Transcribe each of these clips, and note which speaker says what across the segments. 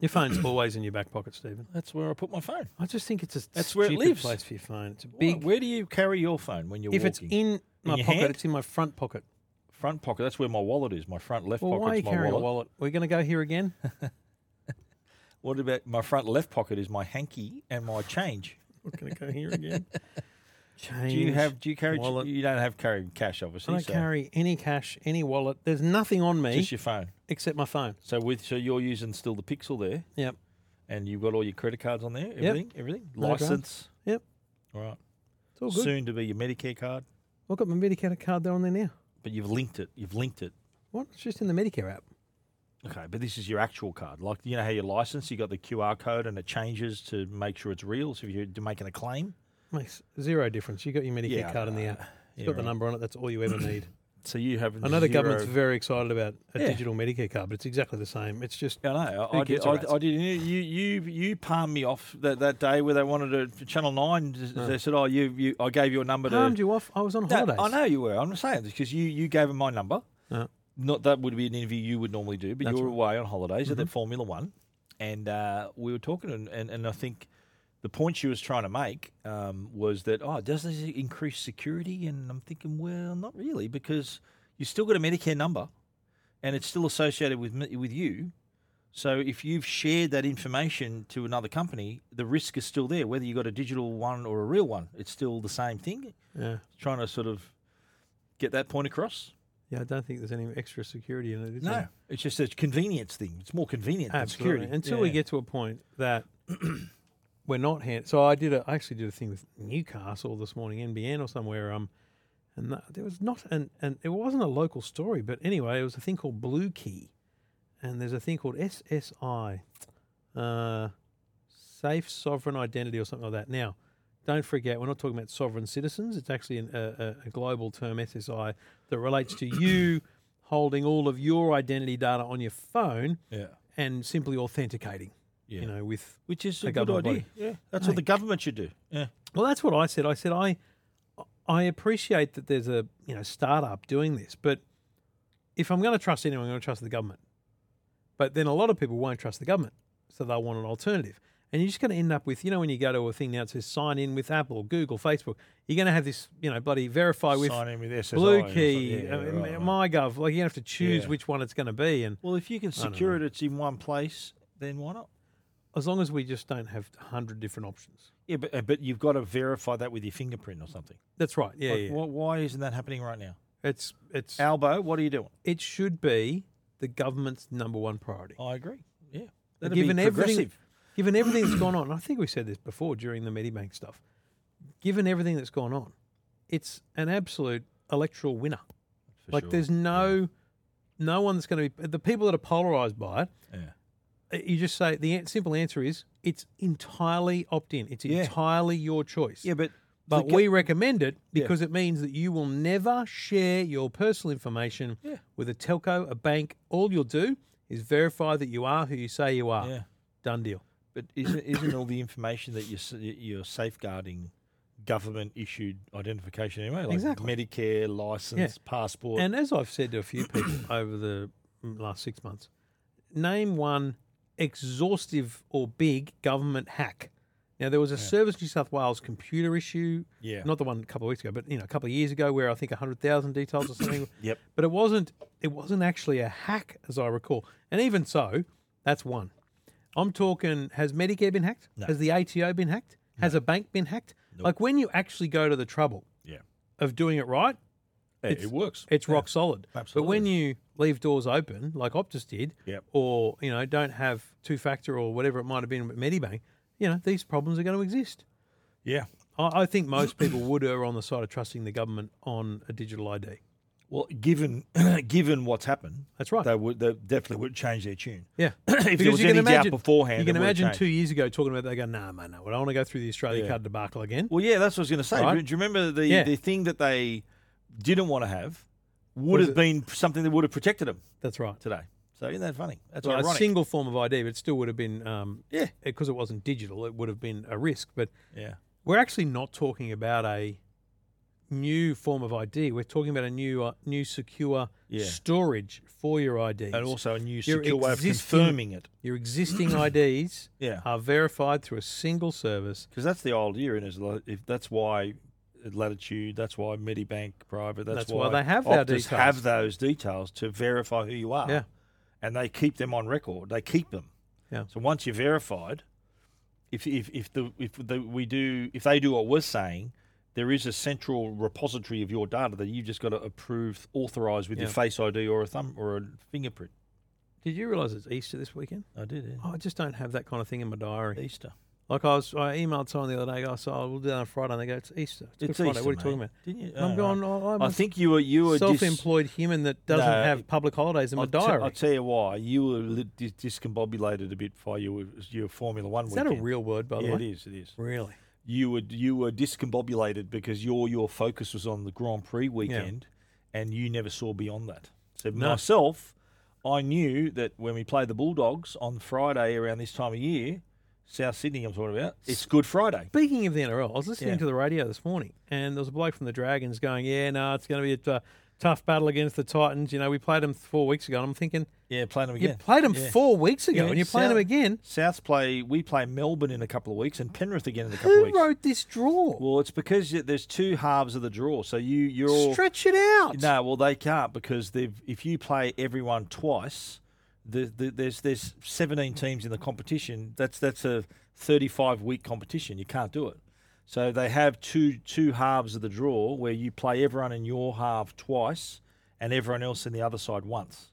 Speaker 1: Your phone's always in your back pocket, Stephen.
Speaker 2: That's where I put my phone.
Speaker 1: I just think it's a
Speaker 2: That's
Speaker 1: stupid
Speaker 2: where it lives.
Speaker 1: place for your phone. It's a
Speaker 2: Big.
Speaker 1: big.
Speaker 2: where do you carry your phone when you're
Speaker 1: if it's
Speaker 2: walking?
Speaker 1: in my
Speaker 2: your
Speaker 1: pocket,
Speaker 2: hand?
Speaker 1: it's in my front pocket.
Speaker 2: front pocket, that's where my wallet is. My front left
Speaker 1: Well,
Speaker 2: pocket's
Speaker 1: why are you
Speaker 2: my
Speaker 1: carrying
Speaker 2: wallet.
Speaker 1: a wallet? We're going to go here again.
Speaker 2: What about my front left pocket is my hanky and my change.
Speaker 1: We're going to go here again. Change.
Speaker 2: Do you have? Do you carry?
Speaker 1: wallet.
Speaker 2: You don't have carry cash,
Speaker 1: I
Speaker 2: obviously.
Speaker 1: don't
Speaker 2: so
Speaker 1: carry any cash, any wallet. There's nothing on me
Speaker 2: Just your phone.
Speaker 1: except my phone.
Speaker 2: So with so you're using still the Pixel there,
Speaker 1: Yep.
Speaker 2: and you've got all your credit cards on there. Everything, everything.
Speaker 1: No dramas.
Speaker 2: License.
Speaker 1: Yep.
Speaker 2: All right.
Speaker 1: It's all good.
Speaker 2: Soon to be your Medicare card,
Speaker 1: I've got my Medicare card there on there now.
Speaker 2: but you've linked it. You've linked it.
Speaker 1: What? It's just in the Medicare app.
Speaker 2: Okay, but this is your actual card. Like you know how your license, you got the QR code, and it changes to make sure it's real. So if you're making a claim,
Speaker 1: Makes zero difference. You got your Medicare
Speaker 2: Yeah, I
Speaker 1: card in the
Speaker 2: know.
Speaker 1: app. It's
Speaker 2: Yeah,
Speaker 1: got the
Speaker 2: right.
Speaker 1: number on it. That's all you ever need.
Speaker 2: so you have.
Speaker 1: I know the
Speaker 2: zero-
Speaker 1: government's very excited about a
Speaker 2: Yeah.
Speaker 1: digital Medicare card, but it's exactly the same. It's just
Speaker 2: I know.
Speaker 1: Who
Speaker 2: I, I,
Speaker 1: gives
Speaker 2: did,
Speaker 1: a
Speaker 2: I,
Speaker 1: rat's?
Speaker 2: I did. You you you palmed me off that, that day where they wanted to Channel Nine. just-
Speaker 1: No.
Speaker 2: They said, "Oh, you you." I gave you a number
Speaker 1: palmed
Speaker 2: to.
Speaker 1: you off. I was on
Speaker 2: No,
Speaker 1: holidays.
Speaker 2: I know you were. I'm just saying because you you gave them my number.
Speaker 1: Yeah.
Speaker 2: Not that would be an interview you would normally do, but
Speaker 1: That's
Speaker 2: you were
Speaker 1: right. Mm-hmm.
Speaker 2: away on holidays at the Formula One, and uh, we were talking, and, and, and I think the point she was trying to make um, was that oh, does this increase security? And I'm thinking, well, not really, because you still got a Medicare number, and it's still associated with me- with you. So if you've shared that information to another company, the risk is still there, whether you got a digital one or a real one. It's still the same thing
Speaker 1: Yeah,
Speaker 2: trying to sort of get that point across.
Speaker 1: yeah. I don't think there's any extra security in it. Is there?
Speaker 2: it's just a convenience thing. It's more convenient
Speaker 1: absolutely.
Speaker 2: than security
Speaker 1: Until we get to a point that we're not hand. So I did. A, I actually did a thing with Newcastle this morning, NBN or somewhere. Um, and th- there was not an, and it wasn't a local story, but anyway, it was a thing called Blue Key, and there's a thing called SSI, uh, Safe Sovereign Identity or something like that. Now. Don't forget, we're not talking about sovereign citizens. It's actually an, a, a- a global term, SSI, that relates to you holding all of your identity data on your phone
Speaker 2: yeah,
Speaker 1: and simply authenticating.
Speaker 2: Yeah.
Speaker 1: You know, with
Speaker 2: which is
Speaker 1: a
Speaker 2: a,
Speaker 1: A good
Speaker 2: good
Speaker 1: government
Speaker 2: idea.
Speaker 1: idea.
Speaker 2: Yeah, that's what the government should do. Yeah,
Speaker 1: well, that's what I said. I said I I appreciate that there's a you know startup doing this, but if I'm going to trust anyone, I'm going to trust the government. But then a lot of people won't trust the government, so they'll want an alternative. And you're just going to end up with, you know, when you go to a thing now, it says sign in with Apple, Google, Facebook. You're going to have this, you know, bloody verify with
Speaker 2: sign in with SSI.
Speaker 1: Blue
Speaker 2: or something.
Speaker 1: Key,
Speaker 2: Yeah,
Speaker 1: uh,
Speaker 2: right, right.
Speaker 1: MyGov. Like you have to choose
Speaker 2: Yeah.
Speaker 1: which one it's going to be, and
Speaker 2: Well, if you can
Speaker 1: don't
Speaker 2: secure it,
Speaker 1: know.
Speaker 2: it's in one place. Then why not?
Speaker 1: as long as we just don't have hundred different options.
Speaker 2: Yeah, but uh, but you've got to verify that with your fingerprint or something.
Speaker 1: That's right. Yeah,
Speaker 2: Like,
Speaker 1: yeah.
Speaker 2: wh- why isn't that happening right now?
Speaker 1: It's it's
Speaker 2: Albo, what are you doing?
Speaker 1: it should be the government's number one priority.
Speaker 2: I agree. Yeah,
Speaker 1: But
Speaker 2: That'd
Speaker 1: given
Speaker 2: be
Speaker 1: everything,
Speaker 2: progressive.
Speaker 1: given everything that's gone on, and I think we said this before during the Medibank stuff. Given everything that's gone on, it's an absolute electoral winner.
Speaker 2: For
Speaker 1: like
Speaker 2: sure.
Speaker 1: there's no, no one that's going to be the people that are polarized by it.
Speaker 2: Yeah.
Speaker 1: uh, You just say the an- simple answer is it's entirely opt in. It's
Speaker 2: Yeah.
Speaker 1: entirely your choice.
Speaker 2: Yeah, but
Speaker 1: But
Speaker 2: the-
Speaker 1: we recommend it
Speaker 2: Yeah.
Speaker 1: because it means that you will never share your personal information
Speaker 2: Yeah.
Speaker 1: with a telco, a bank. All you'll do is verify that you are who you say you are.
Speaker 2: yeah.
Speaker 1: Done deal.
Speaker 2: But isn't isn't all the information that you're s- you're safeguarding government issued identification anyway, like
Speaker 1: Exactly.
Speaker 2: Medicare license, passport?
Speaker 1: And as I've said to a few people over the mm, last six months, name one exhaustive or big government hack. Now there was a Service New South Wales computer issue,
Speaker 2: Yeah.
Speaker 1: not the one a couple of weeks ago, but you know a couple of years ago, where I think hundred thousand details or something.
Speaker 2: Yep.
Speaker 1: But it wasn't. It wasn't actually a hack, as I recall. And even so, that's one. I'm talking. Has Medicare been hacked?
Speaker 2: No.
Speaker 1: Has the ATO been hacked? Has a bank been hacked? Like when you actually go to the trouble
Speaker 2: yeah,
Speaker 1: of doing it right,
Speaker 2: it, works.
Speaker 1: it's rock solid. But
Speaker 2: Absolutely.
Speaker 1: when you leave doors open, like Optus did,
Speaker 2: Yep.
Speaker 1: or you know, don't have two factor or whatever it might have been with Medibank, you know, these problems are going to exist.
Speaker 2: yeah.
Speaker 1: I, I think most people would err on the side of trusting the government on a digital ID.
Speaker 2: Well, given given what's happened,
Speaker 1: That's right.
Speaker 2: they would they definitely would change their tune.
Speaker 1: Yeah.
Speaker 2: If there was any doubt beforehand,
Speaker 1: you can
Speaker 2: it would've
Speaker 1: imagine
Speaker 2: changed.
Speaker 1: two years ago talking about that, they go, nah, man, no, I don't want to go through the Australia
Speaker 2: Yeah.
Speaker 1: card debacle again.
Speaker 2: Well, yeah, that's what I was going to say.
Speaker 1: Right.
Speaker 2: Do you remember the
Speaker 1: Yeah.
Speaker 2: the thing that they didn't want to have would
Speaker 1: Was
Speaker 2: have
Speaker 1: it-
Speaker 2: been something that would have protected them
Speaker 1: That's right.
Speaker 2: today? So isn't that funny? That's
Speaker 1: Well, a
Speaker 2: ironic.
Speaker 1: single form of ID, but it still would have been, um,
Speaker 2: yeah,
Speaker 1: because it wasn't digital, it would have been a risk. But
Speaker 2: yeah.
Speaker 1: We're actually not talking about a new form of ID. We're talking about a new, uh, new secure
Speaker 2: Yeah.
Speaker 1: storage for your IDs.
Speaker 2: and also a new
Speaker 1: Your
Speaker 2: secure way of
Speaker 1: existing-
Speaker 2: confirming it. Uh,
Speaker 1: your existing IDs
Speaker 2: Yeah,
Speaker 1: are verified through a single service.
Speaker 2: because that's the old year, and is lo- if that's why Latitude, that's why Medibank Private, that's,
Speaker 1: That's why they have our
Speaker 2: Optus
Speaker 1: details.
Speaker 2: have those details to verify who you are.
Speaker 1: Yeah.
Speaker 2: and they keep them on record. They keep them.
Speaker 1: Yeah.
Speaker 2: So once you're verified, if if if the if the, we do if they do what we're saying. There is a central repository of your data that you've just got to approve, authorize with your
Speaker 1: Yeah.
Speaker 2: face ID or a thumb or a fingerprint.
Speaker 1: Did you realise it's Easter this weekend?
Speaker 2: I did.
Speaker 1: Oh, I just don't have that kind of thing in my diary.
Speaker 2: Yeah. Easter.
Speaker 1: Like I was, I emailed someone the other day. I said, "Oh, we'll do that on Friday." And they go, "It's Easter. It's, Good
Speaker 2: It's
Speaker 1: Friday.
Speaker 2: Easter,
Speaker 1: what are you talking
Speaker 2: mate.
Speaker 1: about?"
Speaker 2: Didn't you?
Speaker 1: And I'm
Speaker 2: Oh, right.
Speaker 1: going, oh, "I'm
Speaker 2: I think you were you were
Speaker 1: a
Speaker 2: dis-
Speaker 1: self-employed human that doesn't
Speaker 2: No,
Speaker 1: have public holidays in my
Speaker 2: I'll t-
Speaker 1: diary."
Speaker 2: I'll tell you why you were li- dis- discombobulated a bit by your your Formula One
Speaker 1: is that
Speaker 2: weekend.
Speaker 1: a real word, by the
Speaker 2: yeah,
Speaker 1: way?
Speaker 2: it is. It is.
Speaker 1: Really?
Speaker 2: You were you were discombobulated because your your focus was on the Grand Prix weekend, and you never saw beyond that. So
Speaker 1: No.
Speaker 2: myself, I knew that when we played the Bulldogs on Friday around this time of year, South Sydney, I'm talking about, it's Good Friday.
Speaker 1: Speaking of the NRL, I was listening
Speaker 2: Yeah.
Speaker 1: to the radio this morning, and there was a bloke from the Dragons going, "Yeah, no, it's going to be a t- tough battle against the Titans." You know, we played them four weeks ago, and I'm thinking,
Speaker 2: Yeah, playing them
Speaker 1: "You
Speaker 2: again.
Speaker 1: played them
Speaker 2: Yeah.
Speaker 1: four weeks ago,
Speaker 2: Yeah,
Speaker 1: and you're playing
Speaker 2: so-
Speaker 1: them again."
Speaker 2: South play. We play Melbourne in a couple of weeks, and Penrith again in a couple of
Speaker 1: Who
Speaker 2: weeks.
Speaker 1: wrote this draw?
Speaker 2: Well, it's because you- there's two halves of the draw. So you you're
Speaker 1: Stretch it out.
Speaker 2: no, well they can't because they've if you play everyone twice, the, the, there's there's 17 teams in the competition. That's that's a 35 week competition. You can't do it. So they have two two halves of the draw where you play everyone in your half twice and everyone else in the other side once.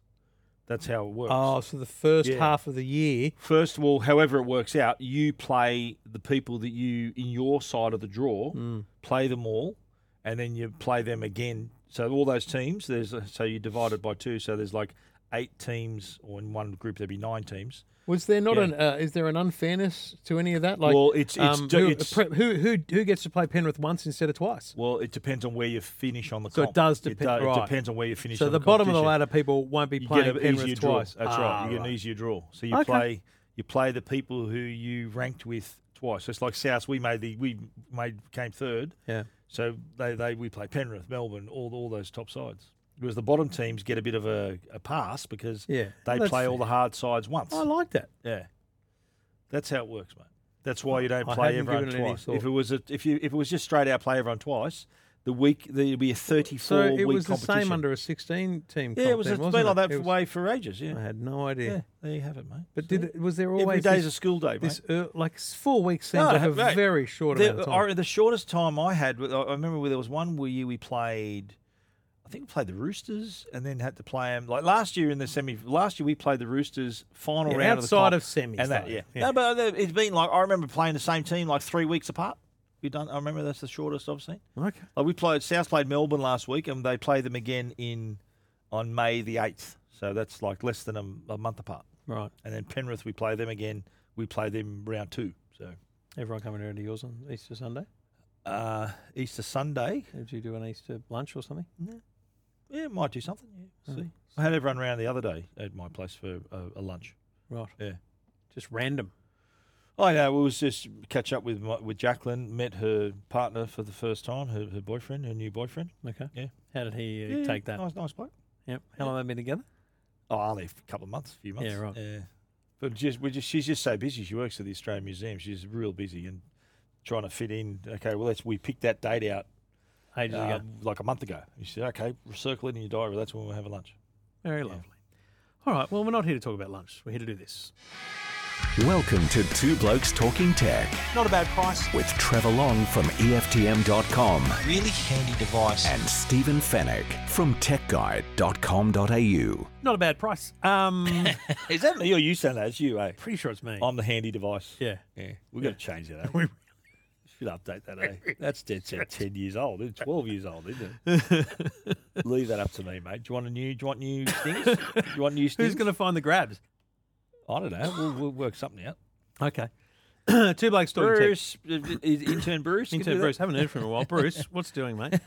Speaker 2: That's how it works.
Speaker 1: Oh, so the first
Speaker 2: Yeah.
Speaker 1: half of the year.
Speaker 2: First of all, however it works out, you play the people that you in your side of the draw,
Speaker 1: Mm.
Speaker 2: play them all, and then you play them again. So all those teams, there's a, so you divide it by two. So there's like eight teams, or in one group there'd be nine teams.
Speaker 1: Was there not
Speaker 2: Yeah.
Speaker 1: an? Uh, is there an unfairness to any of that? Like, um,
Speaker 2: Well, it's- it's ju-
Speaker 1: who,
Speaker 2: it's-
Speaker 1: pre- who who who gets to play Penrith once instead of twice?
Speaker 2: Well, it depends on where you finish on the.
Speaker 1: So it
Speaker 2: comp.
Speaker 1: does
Speaker 2: It,
Speaker 1: depen-
Speaker 2: do- it
Speaker 1: right.
Speaker 2: depends on where you finish.
Speaker 1: So
Speaker 2: on
Speaker 1: the bottom of the
Speaker 2: competition.
Speaker 1: ladder people won't be
Speaker 2: you
Speaker 1: playing
Speaker 2: get an
Speaker 1: Penrith
Speaker 2: easier
Speaker 1: twice.
Speaker 2: draw. That's
Speaker 1: Ah,
Speaker 2: right. You get an easier draw. So you
Speaker 1: Okay.
Speaker 2: play you play the people who you ranked with twice. It's like South. We made the we made came third.
Speaker 1: Yeah.
Speaker 2: So they, they we play Penrith, Melbourne, all all those top sides. Whereas the bottom teams get a bit of a, a pass because
Speaker 1: Yeah,
Speaker 2: they
Speaker 1: that's
Speaker 2: play all
Speaker 1: fair.
Speaker 2: the hard sides once.
Speaker 1: I like that.
Speaker 2: yeah, that's how it works, mate. That's why you don't
Speaker 1: I
Speaker 2: play
Speaker 1: hadn't
Speaker 2: everyone
Speaker 1: given it any
Speaker 2: twice.
Speaker 1: thought.
Speaker 2: If it was a, if you if it was just straight out play everyone twice, the week there'd be a thirty
Speaker 1: So
Speaker 2: four
Speaker 1: it
Speaker 2: week
Speaker 1: was the
Speaker 2: competition.
Speaker 1: same under a sixteen team.
Speaker 2: yeah, it was.
Speaker 1: Then,
Speaker 2: It's
Speaker 1: wasn't
Speaker 2: been like that
Speaker 1: It
Speaker 2: for
Speaker 1: was-
Speaker 2: way for ages. Yeah.
Speaker 1: I had no idea.
Speaker 2: Yeah, there you have it, mate.
Speaker 1: But did it, was there always
Speaker 2: every day's
Speaker 1: this,
Speaker 2: a school day, mate.
Speaker 1: this ear- like s- four weeks seems
Speaker 2: No,
Speaker 1: like a
Speaker 2: mate,
Speaker 1: very short
Speaker 2: the,
Speaker 1: amount of
Speaker 2: I-
Speaker 1: time.
Speaker 2: the shortest time I had, I I remember there was one year we played. I think we played the Roosters and then had to play them. Like last year in the semi, last year we played the Roosters final
Speaker 1: Yeah,
Speaker 2: round
Speaker 1: outside
Speaker 2: of
Speaker 1: of
Speaker 2: the comp,
Speaker 1: semis,
Speaker 2: And that,
Speaker 1: though.
Speaker 2: yeah.
Speaker 1: Yeah.
Speaker 2: No, but the- it's been like I remember playing the same team like three weeks apart. We done. I remember that's the shortest I've seen.
Speaker 1: okay.
Speaker 2: Like we played South played Melbourne last week, and they play them again in on May the eighth. So that's like less than a, a month apart.
Speaker 1: Right.
Speaker 2: And then Penrith, we play them again. We play them round two. So
Speaker 1: Everyone coming around to yours on Easter Sunday?
Speaker 2: uh, Easter Sunday,
Speaker 1: Did you do an Easter lunch or something?
Speaker 2: yeah, might do something. Yeah, we'll
Speaker 1: Oh.
Speaker 2: see. I had everyone around the other day at my place for a, a lunch.
Speaker 1: Right.
Speaker 2: Yeah.
Speaker 1: Just random.
Speaker 2: I know. It was just catch up with my, with Jacqueline. Met her partner for the first time. Her, her boyfriend, her new boyfriend.
Speaker 1: Okay.
Speaker 2: Yeah.
Speaker 1: How did he uh,
Speaker 2: Yeah,
Speaker 1: take that?
Speaker 2: Nice, nice bloke.
Speaker 1: Yep. How long have they been together?
Speaker 2: Oh, only a couple of months, a few months.
Speaker 1: Yeah, right.
Speaker 2: Yeah. But just, we just, she's just so busy. She works at the Australian Museum. She's real busy and trying to fit in. Okay, well, let's we picked that date out
Speaker 1: Ages
Speaker 2: uh,
Speaker 1: ago.
Speaker 2: like a month ago. He said, "Okay, circle it in your diary. That's when we're having lunch."
Speaker 1: Very lovely. All right. Well, we're not here to talk about lunch. We're here to do this.
Speaker 3: Welcome to Two Blokes Talking Tech
Speaker 4: Not a bad price.
Speaker 3: with Trevor Long from E EFTM.com
Speaker 4: Really handy device.
Speaker 3: and Stephen Fennec from TechGuide.com.au.
Speaker 1: Not a bad price. Um,
Speaker 2: Is that me or you saying that? It's you, eh?
Speaker 1: pretty sure it's me.
Speaker 2: I'm the handy device.
Speaker 1: yeah.
Speaker 2: yeah. We've got to change that. Eh?
Speaker 1: We-
Speaker 2: should update that. Eh? That's dead set. Ten years old. It's twelve years old, isn't it? Leave that up to me, mate. Do you want a new? Do you want new things? Do you want new
Speaker 1: Who's
Speaker 2: things?
Speaker 1: going to find the grabs?
Speaker 2: I don't know. We'll, we'll work something out.
Speaker 1: Okay. Two Blokes Talking Tech.
Speaker 2: Bruce, is intern Bruce. can
Speaker 1: Intern
Speaker 2: do that?
Speaker 1: Bruce, haven't heard from him in a while. Bruce, what's doing, mate?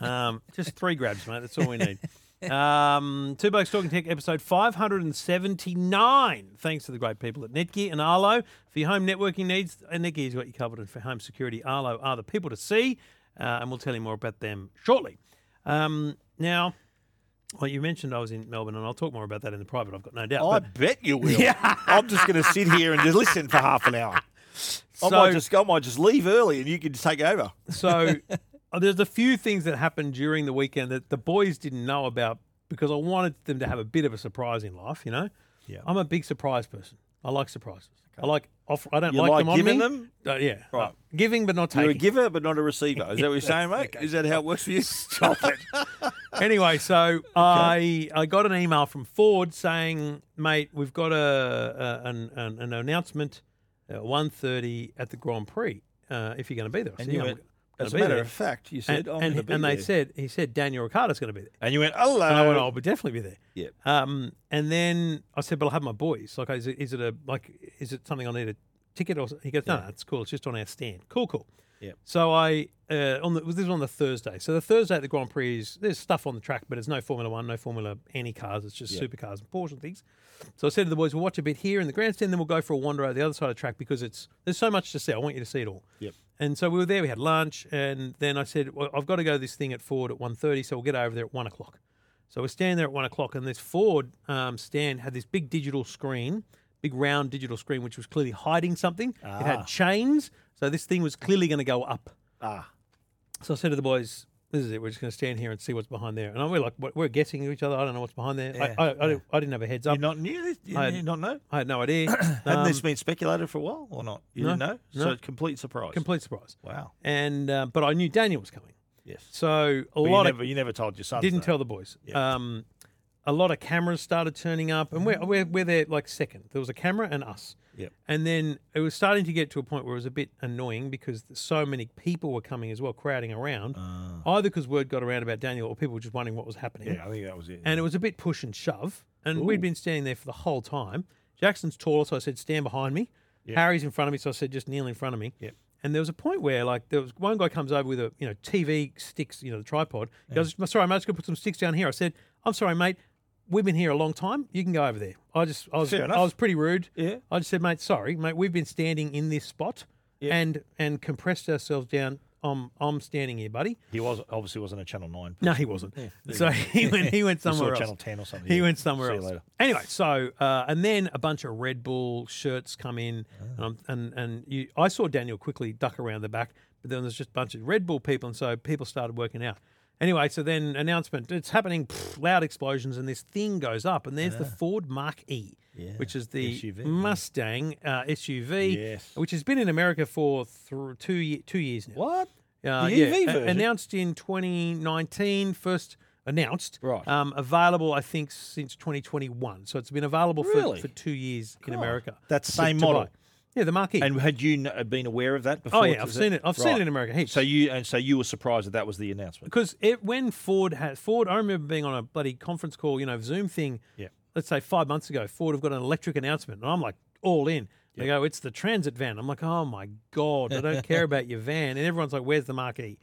Speaker 1: Um, just three grabs, mate. That's all we need. Um, Two Blokes Talking Tech, episode 579. Thanks to the great people at Netgear and Arlo. For your home networking needs, uh, Netgear's got you covered, and for home security, Arlo are the people to see. uh, and we'll tell you more about them shortly. Um, now, well, you mentioned I was in Melbourne, and I'll talk more about that in the private. I've got no
Speaker 2: Oh,
Speaker 1: doubt.
Speaker 5: I
Speaker 1: but-
Speaker 5: bet you will. I'm just going to sit here and just listen for half an hour. I might
Speaker 1: So-
Speaker 5: just I might just leave early and you can take over.
Speaker 1: So uh, there's a few things that happened during the weekend that the boys didn't know about because I wanted them to have a bit of a surprise in life. You know,
Speaker 2: Yeah.
Speaker 1: I'm a big surprise person. I like surprises. I like offer. I don't
Speaker 5: You
Speaker 1: like,
Speaker 5: like
Speaker 1: them on
Speaker 5: giving
Speaker 1: me.
Speaker 5: them?
Speaker 1: Uh, yeah,
Speaker 5: Right.
Speaker 1: Uh, giving but not
Speaker 5: You're a
Speaker 1: taking.
Speaker 5: giver but not a receiver. Is that what you're saying, mate? Is that how it works for you? Stop it.
Speaker 1: anyway, so I I got an email from Ford saying, mate, we've got a, a an, an an announcement at 1:30 at the Grand Prix. Uh, if you're going to be there, I
Speaker 2: And
Speaker 1: said,
Speaker 2: you
Speaker 1: "Yeah, I'm
Speaker 2: went,
Speaker 1: gonna
Speaker 5: As a
Speaker 1: be
Speaker 5: matter
Speaker 1: there."
Speaker 5: of fact, you said
Speaker 1: and,
Speaker 5: I'm
Speaker 1: and,
Speaker 5: gonna be
Speaker 1: and they
Speaker 5: there. Oh.
Speaker 1: said he said Daniel Ricciardo's going to be there.
Speaker 2: And you went, "Oh,
Speaker 1: And I
Speaker 2: hello.
Speaker 1: went, I'll be definitely be there.
Speaker 5: Yeah.
Speaker 1: Um, and then I said, but I'll have my boys. Like, is it, is it a like, is it something I need a ticket or? so-" He goes, no, no, it's cool. It's just on our stand. Cool, cool.
Speaker 2: Yeah.
Speaker 1: So I uh, on the this is on the Thursday. So the Thursday at the Grand Prix is there's stuff on the track, but it's no Formula One, no Formula any cars. It's just supercars and Porsche and things. So I said to the boys, we'll watch a bit here in the grandstand, then we'll go for a wander out the other side of the track because it's there's so much to see. I want you to see it all.
Speaker 5: Yep.
Speaker 1: And so we were there. We had lunch, and then I said, well, I've got to go to this thing at Ford at 1.30, so we'll get over there at one o'clock. So we're standing there at one o'clock, and this Ford um, stand had this big digital screen, big round digital screen, which was clearly hiding something. It
Speaker 2: Ah.
Speaker 1: had chains, so this thing was clearly going to go up.
Speaker 5: Ah.
Speaker 1: So I said to the boys, "This is it. We're just going to stand here and see what's behind there." And I- we're like, we're- "We're guessing at each other. I don't know what's behind there.
Speaker 2: Yeah,
Speaker 1: I, I, I, didn't, I didn't have a heads
Speaker 2: You
Speaker 1: up.
Speaker 2: not knew this? You
Speaker 1: I-
Speaker 2: did not know?
Speaker 1: I had no idea.
Speaker 2: Hadn't
Speaker 1: Um,
Speaker 2: this been speculated for a while or not? You
Speaker 1: no,
Speaker 2: didn't know?
Speaker 1: no.
Speaker 2: So it's complete surprise.
Speaker 1: complete surprise.
Speaker 2: Wow.
Speaker 1: And uh, but I knew Daniel was coming,
Speaker 2: Yes.
Speaker 1: so a
Speaker 2: But you
Speaker 1: lot of
Speaker 2: never, you never told your son.
Speaker 1: Didn't tell the boys. Um, a lot of cameras started turning up, and we're, we're, we're there like second. There was a camera and us.
Speaker 2: Yep.
Speaker 1: And then it was starting to get to a point where it was a bit annoying because so many people were coming as well, crowding around, either because word got around about Daniel or people were just wondering what was happening.
Speaker 2: I think that was it.
Speaker 1: And it was a bit push and shove. And we'd been standing there for the whole time. Jackson's taller, so I said, stand behind me. Harry's in front of me, so I said, just kneel in front of me.
Speaker 2: Yep.
Speaker 1: And there was a point where, like, there was one guy comes over with a, you know, TV sticks, you know, the tripod. He goes, "I'm sorry, mate, I just going to put some sticks down here. I said, I'm sorry, mate. We've been here a long time. You can go over there. I just, I was,
Speaker 2: Fair enough.
Speaker 1: I was pretty rude.
Speaker 2: Yeah.
Speaker 1: I just said, mate, sorry, mate. We've been standing in this spot and and compressed ourselves down. I'm, I'm standing here, buddy.
Speaker 2: he was obviously wasn't a Channel 9.
Speaker 1: No, he wasn't. so he went. He went
Speaker 2: We saw
Speaker 1: somewhere else.
Speaker 2: Channel 10 or something.
Speaker 1: He
Speaker 2: yeah.
Speaker 1: went somewhere
Speaker 2: See you
Speaker 1: else.
Speaker 2: later.
Speaker 1: Anyway, so uh, and then a bunch of Red Bull shirts come in,
Speaker 2: Ah.
Speaker 1: and I'm, and and you, I saw Daniel quickly duck around the back, but then there's just a bunch of Red Bull people, and so people started working out. Anyway, so then announcement, it's happening, pff, loud explosions, and this thing goes up, and there's the
Speaker 2: Ah.
Speaker 1: Ford Mark E, which is the
Speaker 2: SUV, yeah.
Speaker 1: Mustang uh, SUV,
Speaker 2: Yes.
Speaker 1: which has been in America for th- two ye- two years now.
Speaker 2: What?
Speaker 1: Uh,
Speaker 2: The
Speaker 1: yeah,
Speaker 2: EV
Speaker 1: a-
Speaker 2: version?
Speaker 1: announced in 2019, first announced.
Speaker 2: Right.
Speaker 1: Um, available, I think, since 2021. So it's been available
Speaker 2: Really?
Speaker 1: for, for two years in America.
Speaker 2: That
Speaker 1: to-
Speaker 2: same
Speaker 1: to
Speaker 2: model?
Speaker 1: buy. Yeah, the marquee.
Speaker 2: And had you kn- been aware of that before?
Speaker 1: oh yeah, I've
Speaker 2: Is
Speaker 1: seen it. I've seen
Speaker 2: Right.
Speaker 1: it in America. Heaps.
Speaker 2: So you and so you were surprised that that was the announcement.
Speaker 1: because it, when Ford had Ford, I remember being on a bloody conference call, you know, Zoom thing.
Speaker 2: Yeah.
Speaker 1: Let's say five months ago, Ford have got an electric announcement, and I'm like all in. They go, it's the transit van. I'm like, oh my god, I don't care about your van, and everyone's like, where's the marquee?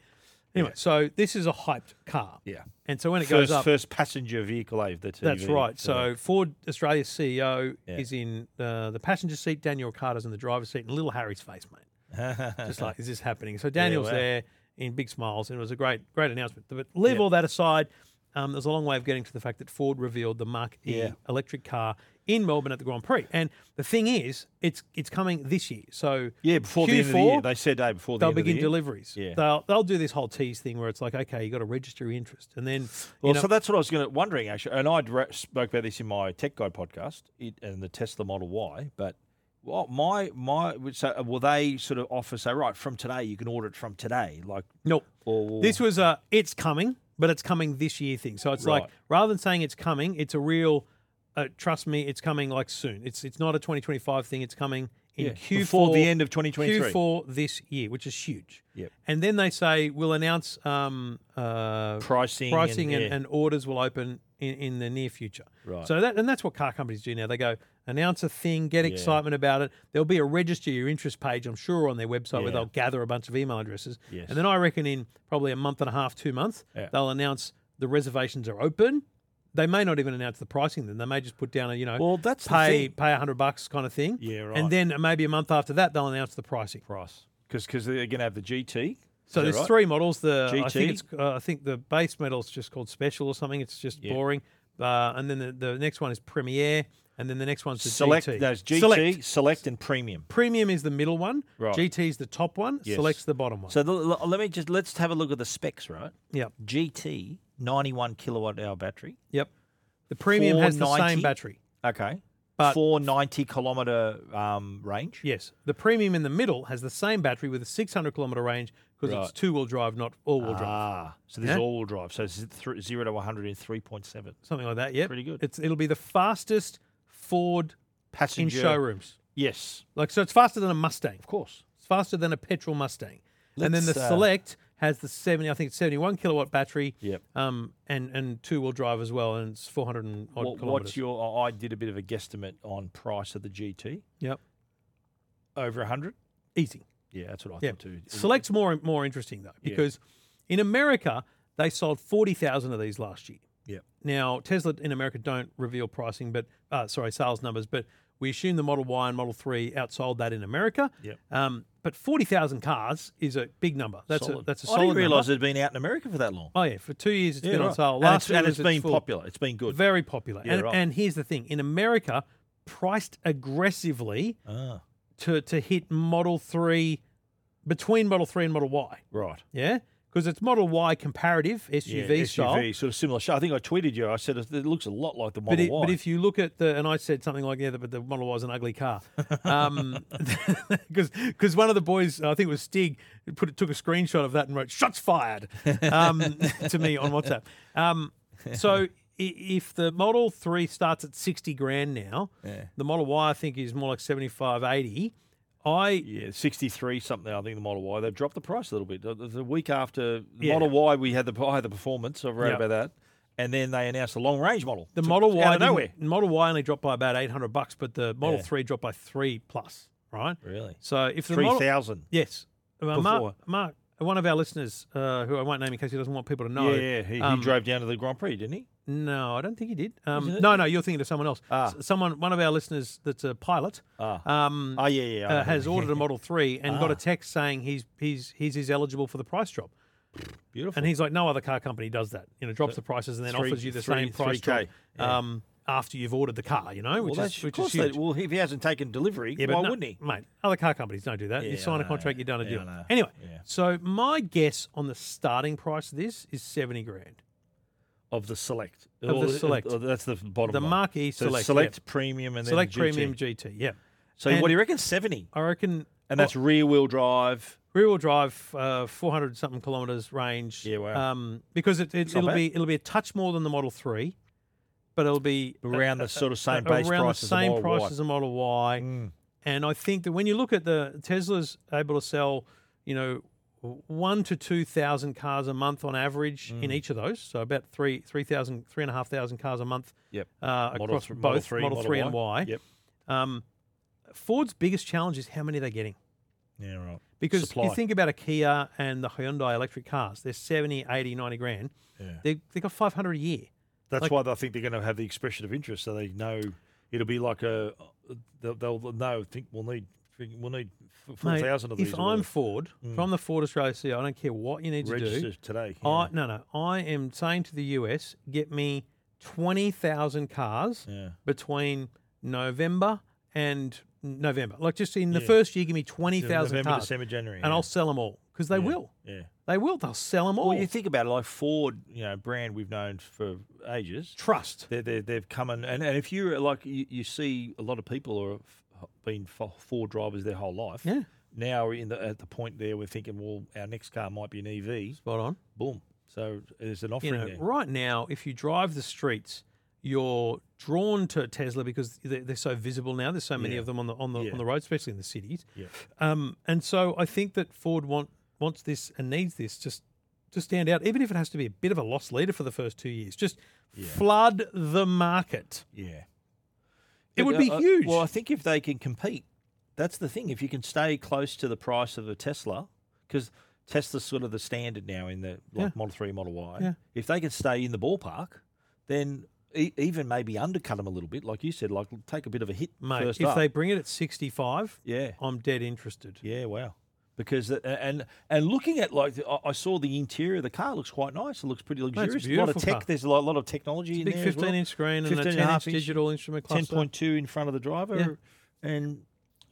Speaker 1: Anyway, so this is a hyped car.
Speaker 2: Yeah.
Speaker 1: And so when it
Speaker 2: First,
Speaker 1: goes up,
Speaker 2: first passenger vehicle eh, the TV.
Speaker 1: that's right. So Ford Australia CEO
Speaker 2: Yeah.
Speaker 1: is in uh, the passenger seat, Daniel Carter's in the driver's seat, and little Harry's face, mate just like is this happening? So Daniel's
Speaker 2: wow.
Speaker 1: there in big smiles, and it was a great, great announcement. But leave all that aside. Um, there's a long way of getting to the fact that Ford revealed the Mark E
Speaker 2: Yeah.
Speaker 1: electric car in Melbourne at the Grand Prix, and the thing is, it's it's coming this year. So
Speaker 2: yeah, before the end of the year, they said, "Hey, before the
Speaker 1: will
Speaker 2: end of the
Speaker 1: begin
Speaker 2: year."
Speaker 1: deliveries.
Speaker 2: Yeah.
Speaker 1: They'll they'll do this whole tease thing where it's like, okay, you got to register your interest, and then
Speaker 2: Well,
Speaker 1: you know,
Speaker 2: so that's what I was going to wondering actually, and I spoke about this in my Tech Guy podcast it, and the Tesla Model Y. But well, my my so will they sort of offer say right from today you can order it from today like
Speaker 1: Nope.
Speaker 2: Or-
Speaker 1: This was a it's coming, but it's coming this year thing. So it's like
Speaker 2: Right.
Speaker 1: rather than saying it's coming, it's a real uh, trust me, it's coming like soon. It's it's not a 2025 thing. It's coming in
Speaker 2: Yeah,
Speaker 1: Q4
Speaker 2: before the end of 2023.
Speaker 1: Q4 this year, which is huge.
Speaker 2: Yep.
Speaker 1: And then they say we'll announce um, uh,
Speaker 2: pricing
Speaker 1: pricing and,
Speaker 2: yeah.
Speaker 1: and orders will open in, in the near future.
Speaker 2: Right.
Speaker 1: So that and that's what car companies do now. They go announce a thing, get excitement about it. There'll be a register your interest page, I'm sure, on their website where
Speaker 2: Yeah.
Speaker 1: they'll gather a bunch of email addresses.
Speaker 2: Yes.
Speaker 1: And then I reckon in probably a month and a half, two months,
Speaker 2: Yeah.
Speaker 1: they'll announce the reservations are open. They may not even announce the pricing. Then they may just put down a you know
Speaker 2: Well, that's the
Speaker 1: pay
Speaker 2: thing.
Speaker 1: pay a hundred bucks kind of thing.
Speaker 2: Yeah, right.
Speaker 1: And then maybe a month after that, they'll announce the pricing.
Speaker 2: price because because they're going to have the GT
Speaker 1: So
Speaker 2: that
Speaker 1: there's
Speaker 2: right?
Speaker 1: three models. The I
Speaker 2: GT?
Speaker 1: think it's uh, I think the base model is just called Special or something. It's just
Speaker 2: Yeah.
Speaker 1: boring. Uh, and then the, the next one is Premiere, and then the next one's the
Speaker 2: Select
Speaker 1: GT.
Speaker 2: those GT, select.
Speaker 1: Select.
Speaker 2: and premium.
Speaker 1: Premium is the middle one.
Speaker 2: Right.
Speaker 1: GT's the top one.
Speaker 2: Yes.
Speaker 1: Select's the bottom one.
Speaker 2: So the, l- let me just let's have a look at the specs, right?
Speaker 1: yep.
Speaker 2: GT, 91 kilowatt hour battery.
Speaker 1: Yep. The premium has the same
Speaker 2: 490?
Speaker 1: battery.
Speaker 2: Okay.
Speaker 1: But-
Speaker 2: 490 kilometer um, range.
Speaker 1: Yes. The premium in the middle has the same battery with a 600 kilometer range because
Speaker 2: Right.
Speaker 1: it's two wheel drive, not all wheel drive.
Speaker 2: Ah, so this is
Speaker 1: Yeah.
Speaker 2: all wheel drive. So it's th- zero to 100 in 3.7.
Speaker 1: Something like that. Yep.
Speaker 2: Pretty good.
Speaker 1: It's it'll be the fastest Ford in
Speaker 2: Passenger.
Speaker 1: showrooms.
Speaker 2: Yes,
Speaker 1: Like so, it's faster than a Mustang.
Speaker 2: of course.
Speaker 1: It's faster than a petrol Mustang. and then the
Speaker 2: Let's, uh,
Speaker 1: Select has the 70, I think it's 71 kilowatt battery.
Speaker 2: Yep.
Speaker 1: Um, and, and two wheel drive as well, and it's 400 and odd
Speaker 2: What,
Speaker 1: kilometers.
Speaker 2: what's your? I I did a bit of a guesstimate on price of the GT.
Speaker 1: Yep.
Speaker 2: Over 100.
Speaker 1: Easy.
Speaker 2: Yeah, that's what I
Speaker 1: Yeah.
Speaker 2: thought too.
Speaker 1: Select's more more interesting though because in America they sold forty thousand of these last year.
Speaker 2: Yeah.
Speaker 1: Now Tesla in America don't reveal pricing, but uh, sorry sales numbers, but we assume the Model Y and Model Three outsold that in America.
Speaker 2: Yep.
Speaker 1: Um, but forty thousand cars is a big number. That's a
Speaker 2: Solid.
Speaker 1: that's a
Speaker 2: I
Speaker 1: solid
Speaker 2: didn't realise
Speaker 1: number.
Speaker 2: it'd been out in America for that long.
Speaker 1: Oh yeah, for two years it's
Speaker 2: Yeah,
Speaker 1: been on
Speaker 2: right.
Speaker 1: sale.
Speaker 2: and
Speaker 1: Last
Speaker 2: it's, and
Speaker 1: year
Speaker 2: it's
Speaker 1: was its
Speaker 2: been
Speaker 1: full-
Speaker 2: popular. It's been good.
Speaker 1: very popular.
Speaker 2: Yeah,
Speaker 1: and,
Speaker 2: right.
Speaker 1: and here's the thing: in America, priced aggressively
Speaker 2: ah,
Speaker 1: to to hit Model Three, between Model Three and Model Y.
Speaker 2: right.
Speaker 1: Yeah, because it's Model Y comparative SUV
Speaker 2: yeah,
Speaker 1: style.
Speaker 2: SUV, sort of similar. shape. I think I tweeted you. I said it it looks a lot like the Model
Speaker 1: But, it,
Speaker 2: Y.
Speaker 1: but if you look at the, and I said something like, yeah, but the Model Y is an ugly car. Because because one of the boys, I think it was Stig, put took a screenshot of that and wrote, shots fired um, to me on WhatsApp. Um, so i- if the Model 3 starts at 60 grand now,
Speaker 2: Yeah.
Speaker 1: the Model Y, I think, is more like 75, 80. I,
Speaker 2: yeah, 63 something. I think the Model Y. They've dropped the price a little bit. The, the- the week after the
Speaker 1: Yeah.
Speaker 2: Model Y, we had the I had the performance. I've read
Speaker 1: Yeah.
Speaker 2: about that. And then they announced the long range model.
Speaker 1: the
Speaker 2: to-
Speaker 1: Model Y,
Speaker 2: out of
Speaker 1: didn't-
Speaker 2: nowhere.
Speaker 1: Model Y only dropped by about 800 bucks, but the Model
Speaker 2: Yeah.
Speaker 1: 3 dropped by three plus, right?
Speaker 2: Really,
Speaker 1: So if the
Speaker 2: three
Speaker 1: model,
Speaker 2: thousand.
Speaker 1: yes, Uh,
Speaker 2: Before.
Speaker 1: Mark, Mark, one of our listeners, uh, who I won't name in case he doesn't want people to know.
Speaker 2: yeah, yeah. He,
Speaker 1: um,
Speaker 2: he drove down to the Grand Prix, didn't he?
Speaker 1: No, I don't think he did. Um,
Speaker 2: Isn't it?
Speaker 1: no, no, you're thinking of someone else.
Speaker 2: Ah.
Speaker 1: S- Someone, one of our listeners that's a pilot,
Speaker 2: Ah.
Speaker 1: um,
Speaker 2: Oh yeah, yeah. I
Speaker 1: uh,
Speaker 2: know.
Speaker 1: has ordered a Model Three and got
Speaker 2: Ah.
Speaker 1: a text saying he's he's he's is eligible for the price drop,
Speaker 2: beautiful.
Speaker 1: and he's like, no other car company does that. You know, drops the prices and then
Speaker 2: three-
Speaker 1: offers you the
Speaker 2: three-
Speaker 1: same price
Speaker 2: 3K,
Speaker 1: drop um, after you've ordered the car. You know, which
Speaker 2: well,
Speaker 1: is
Speaker 2: that's-
Speaker 1: which
Speaker 2: of course
Speaker 1: is huge.
Speaker 2: They, well, if he hasn't taken delivery,
Speaker 1: Yeah, but
Speaker 2: why
Speaker 1: no-
Speaker 2: wouldn't he?
Speaker 1: Mate, other car companies don't do that.
Speaker 2: Yeah,
Speaker 1: you sign
Speaker 2: I
Speaker 1: a
Speaker 2: know,
Speaker 1: contract,
Speaker 2: yeah.
Speaker 1: you're done a
Speaker 2: Yeah,
Speaker 1: deal.
Speaker 2: I know.
Speaker 1: Anyway,
Speaker 2: Yeah.
Speaker 1: so my guess on the starting price of this is 70 grand.
Speaker 2: Of the select,
Speaker 1: Of the
Speaker 2: Or-
Speaker 1: Select.
Speaker 2: or that's the bottom.
Speaker 1: The
Speaker 2: line.
Speaker 1: Mark E
Speaker 2: So
Speaker 1: Select,
Speaker 2: select
Speaker 1: yeah.
Speaker 2: premium, and
Speaker 1: Select
Speaker 2: then GT.
Speaker 1: Premium GT, yeah.
Speaker 2: So
Speaker 1: And- Oh.
Speaker 2: what do you reckon? Seventy,
Speaker 1: I reckon.
Speaker 2: and that's rear wheel drive.
Speaker 1: Rear wheel drive, uh, 400 something kilometers range.
Speaker 2: Yeah, wow.
Speaker 1: Um, because it, it,
Speaker 2: not
Speaker 1: it'll
Speaker 2: bad.
Speaker 1: be it'll be a touch more than the Model 3, but it'll be a-
Speaker 2: Around the sort of same base
Speaker 1: around
Speaker 2: price
Speaker 1: the
Speaker 2: as
Speaker 1: same
Speaker 2: the Model
Speaker 1: price
Speaker 2: Y. Mm.
Speaker 1: as a Model Y. And I think that when you look at the Tesla's able to sell, you know, one to two thousand cars a month on average in
Speaker 2: Mm.
Speaker 1: each of those, so about three three thousand three and a half thousand cars a month
Speaker 2: Yep.
Speaker 1: uh,
Speaker 2: Model,
Speaker 1: across
Speaker 2: th-
Speaker 1: both
Speaker 2: Model three,
Speaker 1: and Y.
Speaker 2: Yep.
Speaker 1: Um, Ford's biggest challenge is how many they're getting.
Speaker 2: Yeah. Right.
Speaker 1: Because
Speaker 2: Supply.
Speaker 1: you think about a Kia and the Hyundai electric cars, they're 70, 80, 90 grand.
Speaker 2: Yeah.
Speaker 1: They, they got 500 a year.
Speaker 2: That's
Speaker 1: Like-
Speaker 2: why I think they're going to have the expression of interest, so they know it'll be like a they'll, they'll know. Think we'll need we'll need four
Speaker 1: Mate,
Speaker 2: thousand of these.
Speaker 1: If
Speaker 2: or
Speaker 1: I'm
Speaker 2: whatever.
Speaker 1: Ford, from the Ford Australia CEO, I don't care what you need to do.
Speaker 2: register today,
Speaker 1: I no no. I am saying to the US, get me twenty thousand cars
Speaker 2: yeah.
Speaker 1: between November and November. Like just in the
Speaker 2: Yeah.
Speaker 1: first year, give me twenty
Speaker 2: Yeah,
Speaker 1: thousand
Speaker 2: November,
Speaker 1: cars,
Speaker 2: December, January,
Speaker 1: and I'll sell them all because they will. Oh.
Speaker 2: yeah.
Speaker 1: They will. They'll sell them all.
Speaker 2: Well, you think about it, like Ford, you know, brand we've known for ages.
Speaker 1: Trust.
Speaker 2: They're, they're, they've come and, and, and if you're like, you, you see a lot of people who have been fo- Ford drivers their whole life.
Speaker 1: Yeah.
Speaker 2: Now we're in the, at the point there we're thinking, well, our next car might be an E EV.
Speaker 1: Spot on.
Speaker 2: Boom. So there's an
Speaker 1: You
Speaker 2: offering
Speaker 1: know,
Speaker 2: there.
Speaker 1: right now, if you drive the streets, you're drawn to Tesla because they- they're so visible now. There's so many
Speaker 2: Yeah.
Speaker 1: of them on the on the
Speaker 2: Yeah.
Speaker 1: on the road, especially in the cities.
Speaker 2: Yeah.
Speaker 1: Um, and so I think that Ford want, wants this and needs this just to stand out, even if it has to be a bit of a loss leader for the first two years. Just flood the market.
Speaker 2: Yeah.
Speaker 1: It would be
Speaker 2: I- I-
Speaker 1: huge.
Speaker 2: Uh, well, I think if they can compete, that's the thing. If you can stay close to the price of a Tesla, because Tesla's sort of the standard now in the like
Speaker 1: Yeah.
Speaker 2: Model 3, Model Y.
Speaker 1: Yeah.
Speaker 2: If they can stay in the ballpark, then e- even maybe undercut them a little bit, like you said, like take a bit of a hit
Speaker 1: Mate,
Speaker 2: first
Speaker 1: if
Speaker 2: up.
Speaker 1: they bring it at 65,
Speaker 2: yeah.
Speaker 1: I'm dead interested.
Speaker 2: Yeah, wow. because the- and and looking at like the- I- I saw the interior of the car it looks quite nice. It looks pretty luxurious. a lot
Speaker 1: beautiful
Speaker 2: of tech.
Speaker 1: car.
Speaker 2: There's a lot, lot of technology in
Speaker 1: Big
Speaker 2: there. as
Speaker 1: 15
Speaker 2: well.
Speaker 1: inch screen and a
Speaker 2: 15
Speaker 1: 10
Speaker 2: and a half
Speaker 1: inch
Speaker 2: inch,
Speaker 1: digital instrument
Speaker 2: ten
Speaker 1: cluster.
Speaker 2: point two in front of the driver, and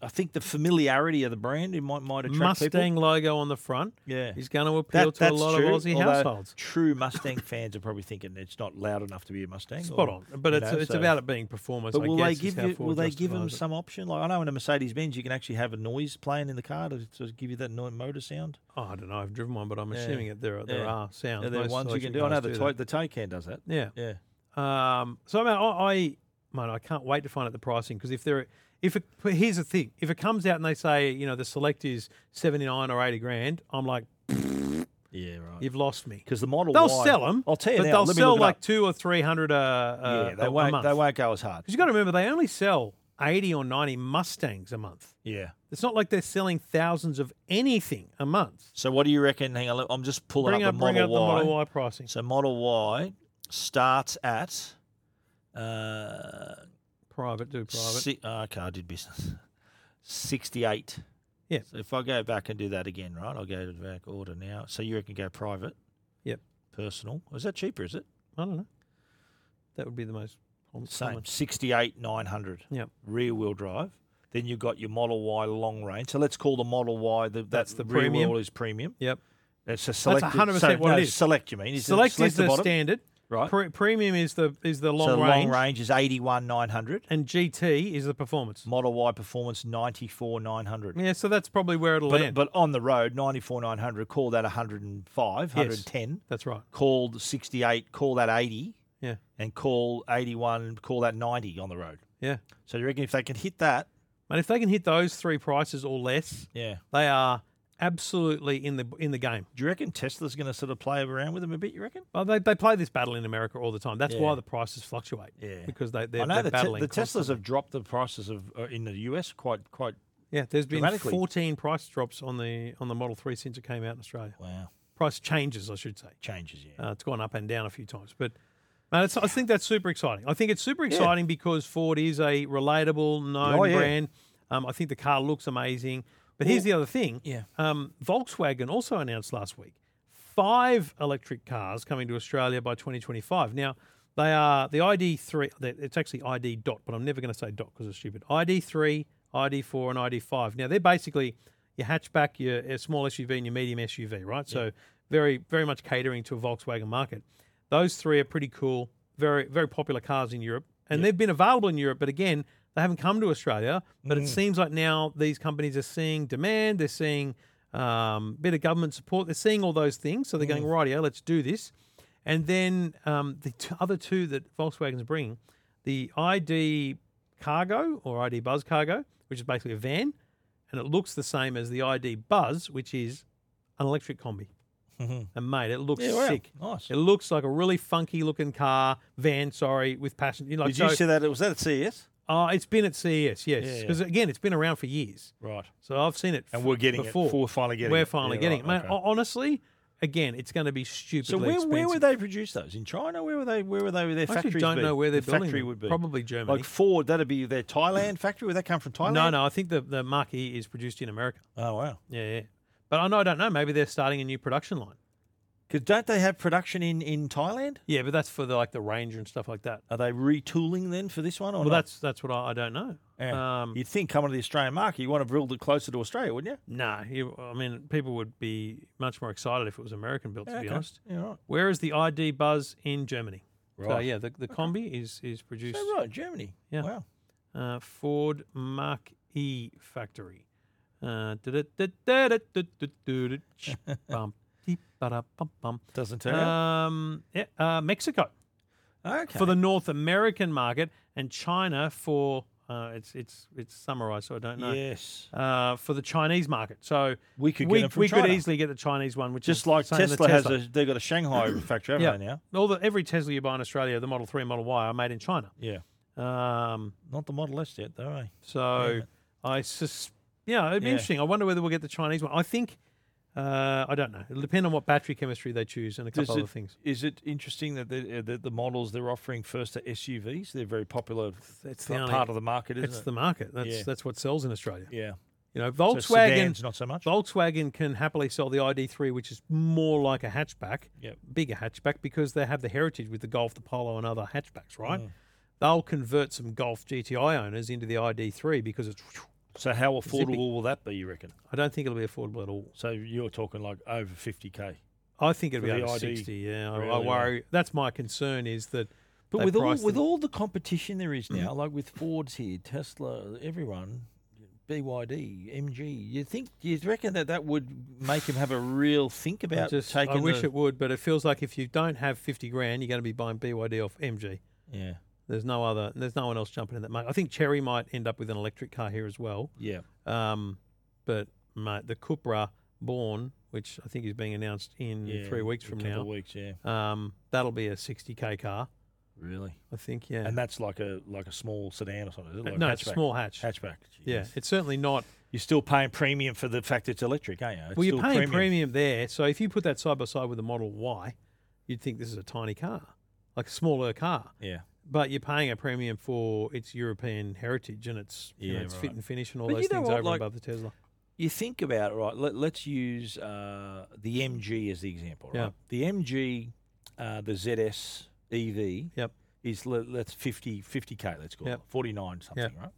Speaker 2: I think the familiarity of the brand it might might attract
Speaker 1: Mustang
Speaker 2: people.
Speaker 1: logo on the front
Speaker 2: Yeah.
Speaker 1: is going to
Speaker 2: That-
Speaker 1: appeal to a
Speaker 2: that's
Speaker 1: lot
Speaker 2: true,
Speaker 1: of Aussie
Speaker 2: although
Speaker 1: households.
Speaker 2: True Mustang fans are probably thinking it's not loud enough to be a Mustang.
Speaker 1: Spot
Speaker 2: or-
Speaker 1: on, but
Speaker 2: you
Speaker 1: it's
Speaker 2: know,
Speaker 1: it's
Speaker 2: so-
Speaker 1: about it being performance.
Speaker 2: But
Speaker 1: I
Speaker 2: will
Speaker 1: guess,
Speaker 2: they
Speaker 1: is
Speaker 2: give
Speaker 1: how
Speaker 2: you?
Speaker 1: Ford
Speaker 2: Will they give them
Speaker 1: justifies it.
Speaker 2: some option? Like I know in a Mercedes Benz you can actually have a noise playing in the car to, to give you that no- motor sound.
Speaker 1: Oh, I don't know. I've driven one, but I'm
Speaker 2: Yeah.
Speaker 1: assuming that there are, there
Speaker 2: Yeah.
Speaker 1: are sounds.
Speaker 2: Are there
Speaker 1: Most
Speaker 2: ones you can
Speaker 1: electric
Speaker 2: do? I know
Speaker 1: cars
Speaker 2: the
Speaker 1: do
Speaker 2: Tay
Speaker 1: that.
Speaker 2: the Taycan does that.
Speaker 1: Yeah.
Speaker 2: Yeah.
Speaker 1: Um, so I mean, I, I man, I can't wait to find out the pricing because if there, if it, but here's the thing, if it comes out and they say you know the select is seventy nine or eighty grand, I'm like
Speaker 2: Yeah. Right.
Speaker 1: you've lost me.
Speaker 2: Because the model
Speaker 1: They'll 'em,
Speaker 2: Y-
Speaker 1: sell them.
Speaker 2: I'll tell you
Speaker 1: but
Speaker 2: now.
Speaker 1: they'll
Speaker 2: let me
Speaker 1: sell
Speaker 2: look it
Speaker 1: like
Speaker 2: up.
Speaker 1: two or three hundred. Uh, uh,
Speaker 2: yeah, they
Speaker 1: a- a
Speaker 2: won't.
Speaker 1: month.
Speaker 2: They won't go as hard.
Speaker 1: Because you got to remember, they only sell eighty or ninety Mustangs a month.
Speaker 2: Yeah.
Speaker 1: It's not like they're selling thousands of anything a month.
Speaker 2: So what do you reckon? Hang on, let- I'm just pulling
Speaker 1: Bring
Speaker 2: up,
Speaker 1: up,
Speaker 2: the
Speaker 1: bring
Speaker 2: model
Speaker 1: up the
Speaker 2: Y.
Speaker 1: Model Y pricing.
Speaker 2: So Model Y starts at uh,
Speaker 1: Private, do private.
Speaker 2: si- oh, okay, I did business. Sixty-eight.
Speaker 1: Yeah.
Speaker 2: So if I go back and do that again, right? I'll go to the back order now. So you reckon go private?
Speaker 1: Yep.
Speaker 2: Personal. Is that cheaper? Is it
Speaker 1: I don't know. That would be the most common.
Speaker 2: same? Sixty-eight nine hundred.
Speaker 1: Yep.
Speaker 2: Rear wheel drive. Then you've got your Model Y long range. So let's call the Model Y the, that
Speaker 1: That's the
Speaker 2: rear
Speaker 1: premium.
Speaker 2: wheel is premium.
Speaker 1: Yep.
Speaker 2: It's a select.
Speaker 1: 100% what
Speaker 2: no,
Speaker 1: it is.
Speaker 2: Select. You mean is it
Speaker 1: Select is the,
Speaker 2: bottom?
Speaker 1: standard.
Speaker 2: Right.
Speaker 1: Pre- premium is the is the long
Speaker 2: so
Speaker 1: range.
Speaker 2: long range is eighty one nine hundred.
Speaker 1: And GT is the performance.
Speaker 2: Model Y performance ninety four nine hundred.
Speaker 1: Yeah, so that's probably where it'll
Speaker 2: But,
Speaker 1: end.
Speaker 2: but on the road ninety four nine hundred. Call that 105, 110.
Speaker 1: that's right.
Speaker 2: Called sixty eight. Call that eighty,
Speaker 1: Yeah.
Speaker 2: and call eighty one. Call that ninety on the road.
Speaker 1: Yeah.
Speaker 2: So you reckon if they can hit that,
Speaker 1: And if they can hit those three prices or less,
Speaker 2: yeah.
Speaker 1: they are absolutely in the in the game.
Speaker 2: Do you reckon Tesla's going to sort of play around with them a bit? You reckon?
Speaker 1: Well, they, they play this battle in America all the time. That's
Speaker 2: Yeah.
Speaker 1: why the prices fluctuate.
Speaker 2: Yeah.
Speaker 1: Because they, they're,
Speaker 2: I know
Speaker 1: they're
Speaker 2: the, te-
Speaker 1: battling.
Speaker 2: the Teslas
Speaker 1: constantly.
Speaker 2: have dropped the prices of uh, in the US quite quite.
Speaker 1: Yeah, there's been
Speaker 2: dramatically-
Speaker 1: 14 price drops on the on the Model 3 since it came out in Australia.
Speaker 2: Wow,
Speaker 1: Price changes, I should say.
Speaker 2: changes. Yeah,
Speaker 1: Uh, it's gone up and down a few times, but man, it's, I think that's super exciting. I think it's super exciting because Ford is a relatable, known
Speaker 2: Oh, yeah.
Speaker 1: brand. Um, I think the car looks amazing. But here's the other thing.
Speaker 2: yeah.
Speaker 1: Um, Volkswagen also announced last week five electric cars coming to Australia by 2025. Now they are the ID3. they- It's actually ID dot, but I'm never going to say dot because it's stupid. ID3, ID4, and ID5. Now they're basically your hatchback, your, uh, small SUV, and your medium SUV, right? So very, very much catering to a Volkswagen market. Those three are pretty cool. Very, very popular cars in Europe, and they've been available in Europe, but again. They haven't come to Australia, but
Speaker 2: Mm.
Speaker 1: it seems like now these companies are seeing demand. They're seeing um, bit of government support. They're seeing all those things, so they're going
Speaker 2: Mm.
Speaker 1: right rightio, let's do this. And then um, the t- other two that Volkswagen's bringing, the ID Cargo or ID Buzz Cargo, which is basically a van, and it looks the same as the ID Buzz, which is an electric combi. And mate, it looks
Speaker 2: Mm-hmm. Yeah, wow.
Speaker 1: sick.
Speaker 2: Nice.
Speaker 1: It looks like a really funky looking car van, sorry, with passion. You know, like,
Speaker 2: Did you
Speaker 1: so-
Speaker 2: see that? Was that at CES?
Speaker 1: uh, it's been at CES, yes,
Speaker 2: yeah.
Speaker 1: because again, it's been around for years.
Speaker 2: Right.
Speaker 1: So I've seen it,
Speaker 2: And
Speaker 1: f-
Speaker 2: we're getting it.
Speaker 1: before.
Speaker 2: We're finally getting
Speaker 1: We're
Speaker 2: it.
Speaker 1: finally
Speaker 2: Yeah,
Speaker 1: getting
Speaker 2: right,
Speaker 1: it, man.
Speaker 2: okay.
Speaker 1: ho- Honestly, again, it's going to be stupidly
Speaker 2: So where,
Speaker 1: expensive.
Speaker 2: where would they produce those? In China? Where were they? Where were they? Where their
Speaker 1: I
Speaker 2: factories?
Speaker 1: actually don't
Speaker 2: be?
Speaker 1: know where their
Speaker 2: the
Speaker 1: building
Speaker 2: factory
Speaker 1: them.
Speaker 2: would be.
Speaker 1: Probably Germany.
Speaker 2: Like Ford, that'd be their Thailand factory. Would that come from Thailand?
Speaker 1: no, no, I think the the Mark E is produced in America.
Speaker 2: Oh wow.
Speaker 1: Yeah, yeah. But I know I don't know. Maybe they're starting a new production line.
Speaker 2: Because don't they have production in in Thailand?
Speaker 1: Yeah, but that's for the, like the Ranger and stuff like that.
Speaker 2: Are they retooling then for this one? Or
Speaker 1: Well,
Speaker 2: not?
Speaker 1: that's that's what I, I don't know.
Speaker 2: Yeah.
Speaker 1: Um,
Speaker 2: You'd think coming to the Australian market, you want to build it closer to Australia, wouldn't you?
Speaker 1: nah, you, I mean, people would be much more excited if it was American built. To be
Speaker 2: Okay.
Speaker 1: honest,
Speaker 2: Yeah, right.
Speaker 1: where is the ID Buzz in Germany? So
Speaker 2: Right.
Speaker 1: yeah, the, the combi is is produced
Speaker 2: So, right, Germany.
Speaker 1: Yeah.
Speaker 2: Wow.
Speaker 1: uh, Ford Mark E factory. Uh, du-du-du-du-du-du-du-du-du-du-bum, dee-ba-da-bum-bum.
Speaker 2: Doesn't turn out.
Speaker 1: um, yeah, uh, Mexico
Speaker 2: Okay.
Speaker 1: for the North American market and China for uh, it's it's it's summarized, so I don't know.
Speaker 2: yes.
Speaker 1: Uh, for the Chinese market, so
Speaker 2: We could get
Speaker 1: we,
Speaker 2: them from
Speaker 1: we could
Speaker 2: China.
Speaker 1: easily get the Chinese one, which
Speaker 2: Just
Speaker 1: is
Speaker 2: like
Speaker 1: same as the
Speaker 2: Tesla, has, a, they've got a Shanghai factory, haven't they now?
Speaker 1: All the every Tesla you buy in Australia, the Model Three, and Model Y, are made in China.
Speaker 2: Yeah.
Speaker 1: Um,
Speaker 2: Not the Model S yet, though. Eh?
Speaker 1: So I sus yeah, it'd be
Speaker 2: Yeah.
Speaker 1: interesting. I wonder whether we'll get the Chinese one. I think uh, I don't know. It'll depend on what battery chemistry they choose and a couple
Speaker 2: it,
Speaker 1: other things.
Speaker 2: Is it interesting that the, uh, that the models they're offering first are SUVs? They're very popular.
Speaker 1: It's
Speaker 2: p-
Speaker 1: the only-
Speaker 2: part of the market, isn't
Speaker 1: It's
Speaker 2: it?
Speaker 1: the market. That's
Speaker 2: Yeah.
Speaker 1: that's what sells in Australia.
Speaker 2: yeah.
Speaker 1: You know,
Speaker 2: So
Speaker 1: Volkswagen,
Speaker 2: sedans, not so much.
Speaker 1: Volkswagen can happily sell the ID3, which is more like a hatchback,
Speaker 2: Yep.
Speaker 1: bigger hatchback, because they have the heritage with the Golf, the Polo, and other hatchbacks,
Speaker 2: Mm.
Speaker 1: right? They'll convert some Golf GTI owners into the ID3 because it's.
Speaker 2: So how affordable
Speaker 1: Zippy.
Speaker 2: will that be? You reckon?
Speaker 1: I don't think it'll be affordable at all.
Speaker 2: So you're talking like over fifty k.
Speaker 1: I think it'll
Speaker 2: For
Speaker 1: be
Speaker 2: the
Speaker 1: over
Speaker 2: ID,
Speaker 1: 60. Yeah, I, I
Speaker 2: really,
Speaker 1: worry. That's my concern is that.
Speaker 2: But
Speaker 1: they
Speaker 2: with all
Speaker 1: price
Speaker 2: with
Speaker 1: them-
Speaker 2: all the competition there is now, like with Ford's here, Tesla, everyone, BYD, MG, you think you reckon that that would make him have a real think
Speaker 1: I
Speaker 2: about
Speaker 1: just,
Speaker 2: taking?
Speaker 1: I wish
Speaker 2: the,
Speaker 1: it would, but it feels like if you don't have 50 grand, you're going to be buying BYD off MG.
Speaker 2: Yeah,
Speaker 1: There's no other. There's no one else jumping in that market. I think Cherry might end up with an electric car here as well.
Speaker 2: yeah.
Speaker 1: Um, but mate, the Cupra Born, which I think is being announced in
Speaker 2: yeah,
Speaker 1: three weeks
Speaker 2: a
Speaker 1: from
Speaker 2: couple of
Speaker 1: now,
Speaker 2: weeks, yeah.
Speaker 1: um, that'll be a 60k car,
Speaker 2: Really?
Speaker 1: I think. Yeah.
Speaker 2: And that's like a like a small sedan or something. Is it? Like a
Speaker 1: no, it's a
Speaker 2: hatchback?
Speaker 1: small hatch.
Speaker 2: hatchback.
Speaker 1: Yeah,
Speaker 2: Jeez.
Speaker 1: it's certainly not.
Speaker 2: you're still paying premium for the fact it's electric, aren't you? It's
Speaker 1: well, you're
Speaker 2: still
Speaker 1: paying premium. there, so if you put that side by side with the Model Y, you'd think this is a tiny car, like a smaller car.
Speaker 2: Yeah,
Speaker 1: But you're paying a premium for its European heritage and its, you know,
Speaker 2: Yeah,
Speaker 1: its
Speaker 2: right.
Speaker 1: fit and finish and all
Speaker 2: But
Speaker 1: those
Speaker 2: you know
Speaker 1: things
Speaker 2: what,
Speaker 1: over
Speaker 2: like-
Speaker 1: and above the Tesla.
Speaker 2: you think about it, right? Let, let's use uh, the MG as the example, right?
Speaker 1: Yeah.
Speaker 2: The MG, uh, the ZS EV
Speaker 1: Yep.
Speaker 2: is let, let's 50 k. Let's call
Speaker 1: Yep.
Speaker 2: it 49 something, right?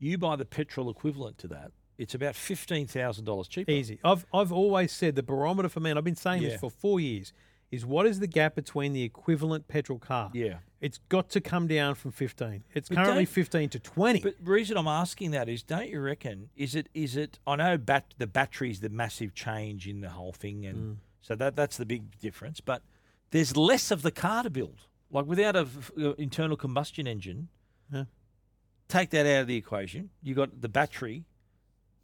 Speaker 2: You buy the petrol equivalent to that. It's about fifteen thousand dollars cheaper.
Speaker 1: Easy. I've I've always said the barometer for man. I've been saying
Speaker 2: Yeah.
Speaker 1: this for four years. Is what is the gap between the equivalent petrol car?
Speaker 2: Yeah.
Speaker 1: It's got to come down from fifteen. It's
Speaker 2: But
Speaker 1: currently
Speaker 2: don't-
Speaker 1: fifteen to twenty.
Speaker 2: But the reason I'm asking that is, don't you reckon? Is it? Is it? I know bat, the battery's the massive change in the whole thing, and
Speaker 1: Mm.
Speaker 2: so that that's the big difference. But there's less of the car to build. Like without a f- uh, internal combustion engine,
Speaker 1: Yeah.
Speaker 2: take that out of the equation. You got the battery,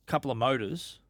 Speaker 2: couple of motors.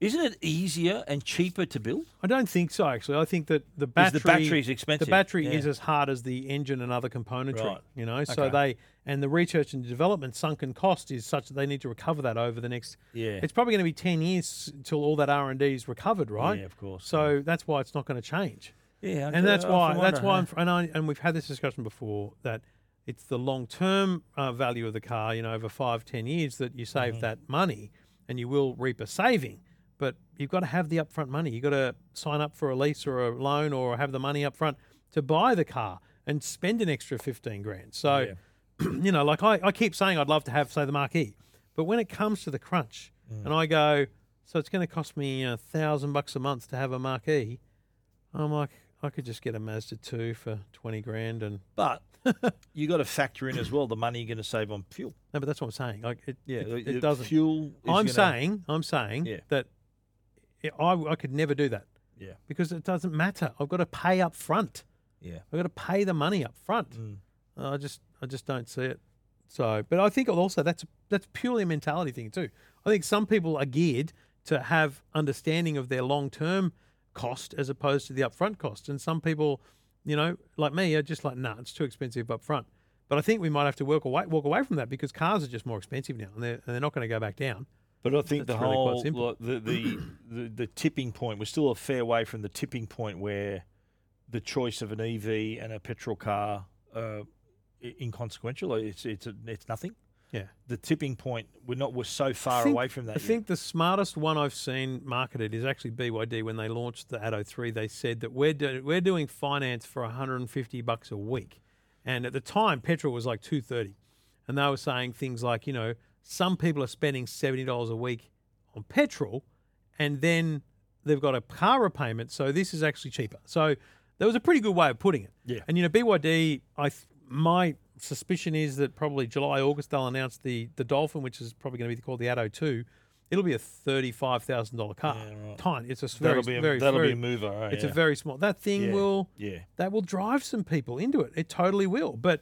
Speaker 2: Isn't it easier and cheaper to build?
Speaker 1: I don't think so. Actually, I think that the
Speaker 2: Because
Speaker 1: battery
Speaker 2: the battery's expensive,
Speaker 1: The battery
Speaker 2: yeah.
Speaker 1: is as hard as the engine and other componentry.
Speaker 2: Right.
Speaker 1: You know, so they and the research and development sunken cost is such that they need to recover that over the next.
Speaker 2: Yeah.
Speaker 1: It's probably going to be ten years till all that R and D is recovered, right?
Speaker 2: Yeah, of course,
Speaker 1: So that's why it's not going to change.
Speaker 2: Yeah,
Speaker 1: and that's why that's why I'm, fr- and I, and we've had this discussion before that it's the long term uh, value of the car, you know, over five ten years that you save that money and you will reap a saving. But you've got to have the upfront money. You've got to sign up for a lease or a loan or have the money up front to buy the car and spend an extra fifteen grand. So, you know, like I, I keep saying, I'd love to have say the marquee, but when it comes to the crunch, and I go, so it's going to cost me a thousand bucks a month to have a marquee. I'm like, I could just get a Mazda 2 for 20 grand. And
Speaker 2: But you got to factor in as well the money you're going to save on fuel.
Speaker 1: no, but that's what I'm saying. Like, it,
Speaker 2: Yeah,
Speaker 1: it,
Speaker 2: the-
Speaker 1: it
Speaker 2: the
Speaker 1: doesn't.
Speaker 2: Fuel. is
Speaker 1: I'm
Speaker 2: gonna-
Speaker 1: saying, I'm saying
Speaker 2: Yeah.
Speaker 1: that it, I, I could never do that
Speaker 2: Yeah,
Speaker 1: because it doesn't matter. I've got to pay up front.
Speaker 2: yeah.
Speaker 1: I've got to pay the money up front. I just, I just don't see it. So, but I think also that's that's purely a mentality thing too. I think some people are geared to have understanding of their long term cost as opposed to the upfront cost, and some people, you know, like me, are just like, nah, it's too expensive up front. But I think we might have to work away, walk away from that because cars are just more expensive now, and they're, and they're not going to go back down.
Speaker 2: But I think the
Speaker 1: That's really quite
Speaker 2: whole
Speaker 1: simple.
Speaker 2: like, the, the, the the tipping point we're still a fair way from the tipping point where the choice of an EV and a petrol car are i- inconsequential. It's it's a, it's nothing.
Speaker 1: Yeah.
Speaker 2: The tipping point we're not we're so far
Speaker 1: think-
Speaker 2: away from that.
Speaker 1: I think the smartest one I've seen marketed is actually BYD. When they launched the Atto 3, they said that we're, do- we're doing finance for 150 bucks a week. And at the time, petrol was like 230. And they were saying things like, you know, some people are spending $70 a week on petrol and then they've got a car repayment. So this is actually cheaper. So that was a pretty good way of putting it.
Speaker 2: Yeah.
Speaker 1: And, you know, BYD, I th- my suspicion is that probably July, August, they'll announce the, the Dolphin, which is probably going to be called the Atto 2. It'll be a $35,000 car. Tiny. It's a s- very,
Speaker 2: that'll be a,
Speaker 1: very,
Speaker 2: that'll
Speaker 1: very
Speaker 2: be a mover. Right?
Speaker 1: it's a very small. That thing
Speaker 2: Yeah,
Speaker 1: will
Speaker 2: yeah.
Speaker 1: that will drive some people into it. It totally will. But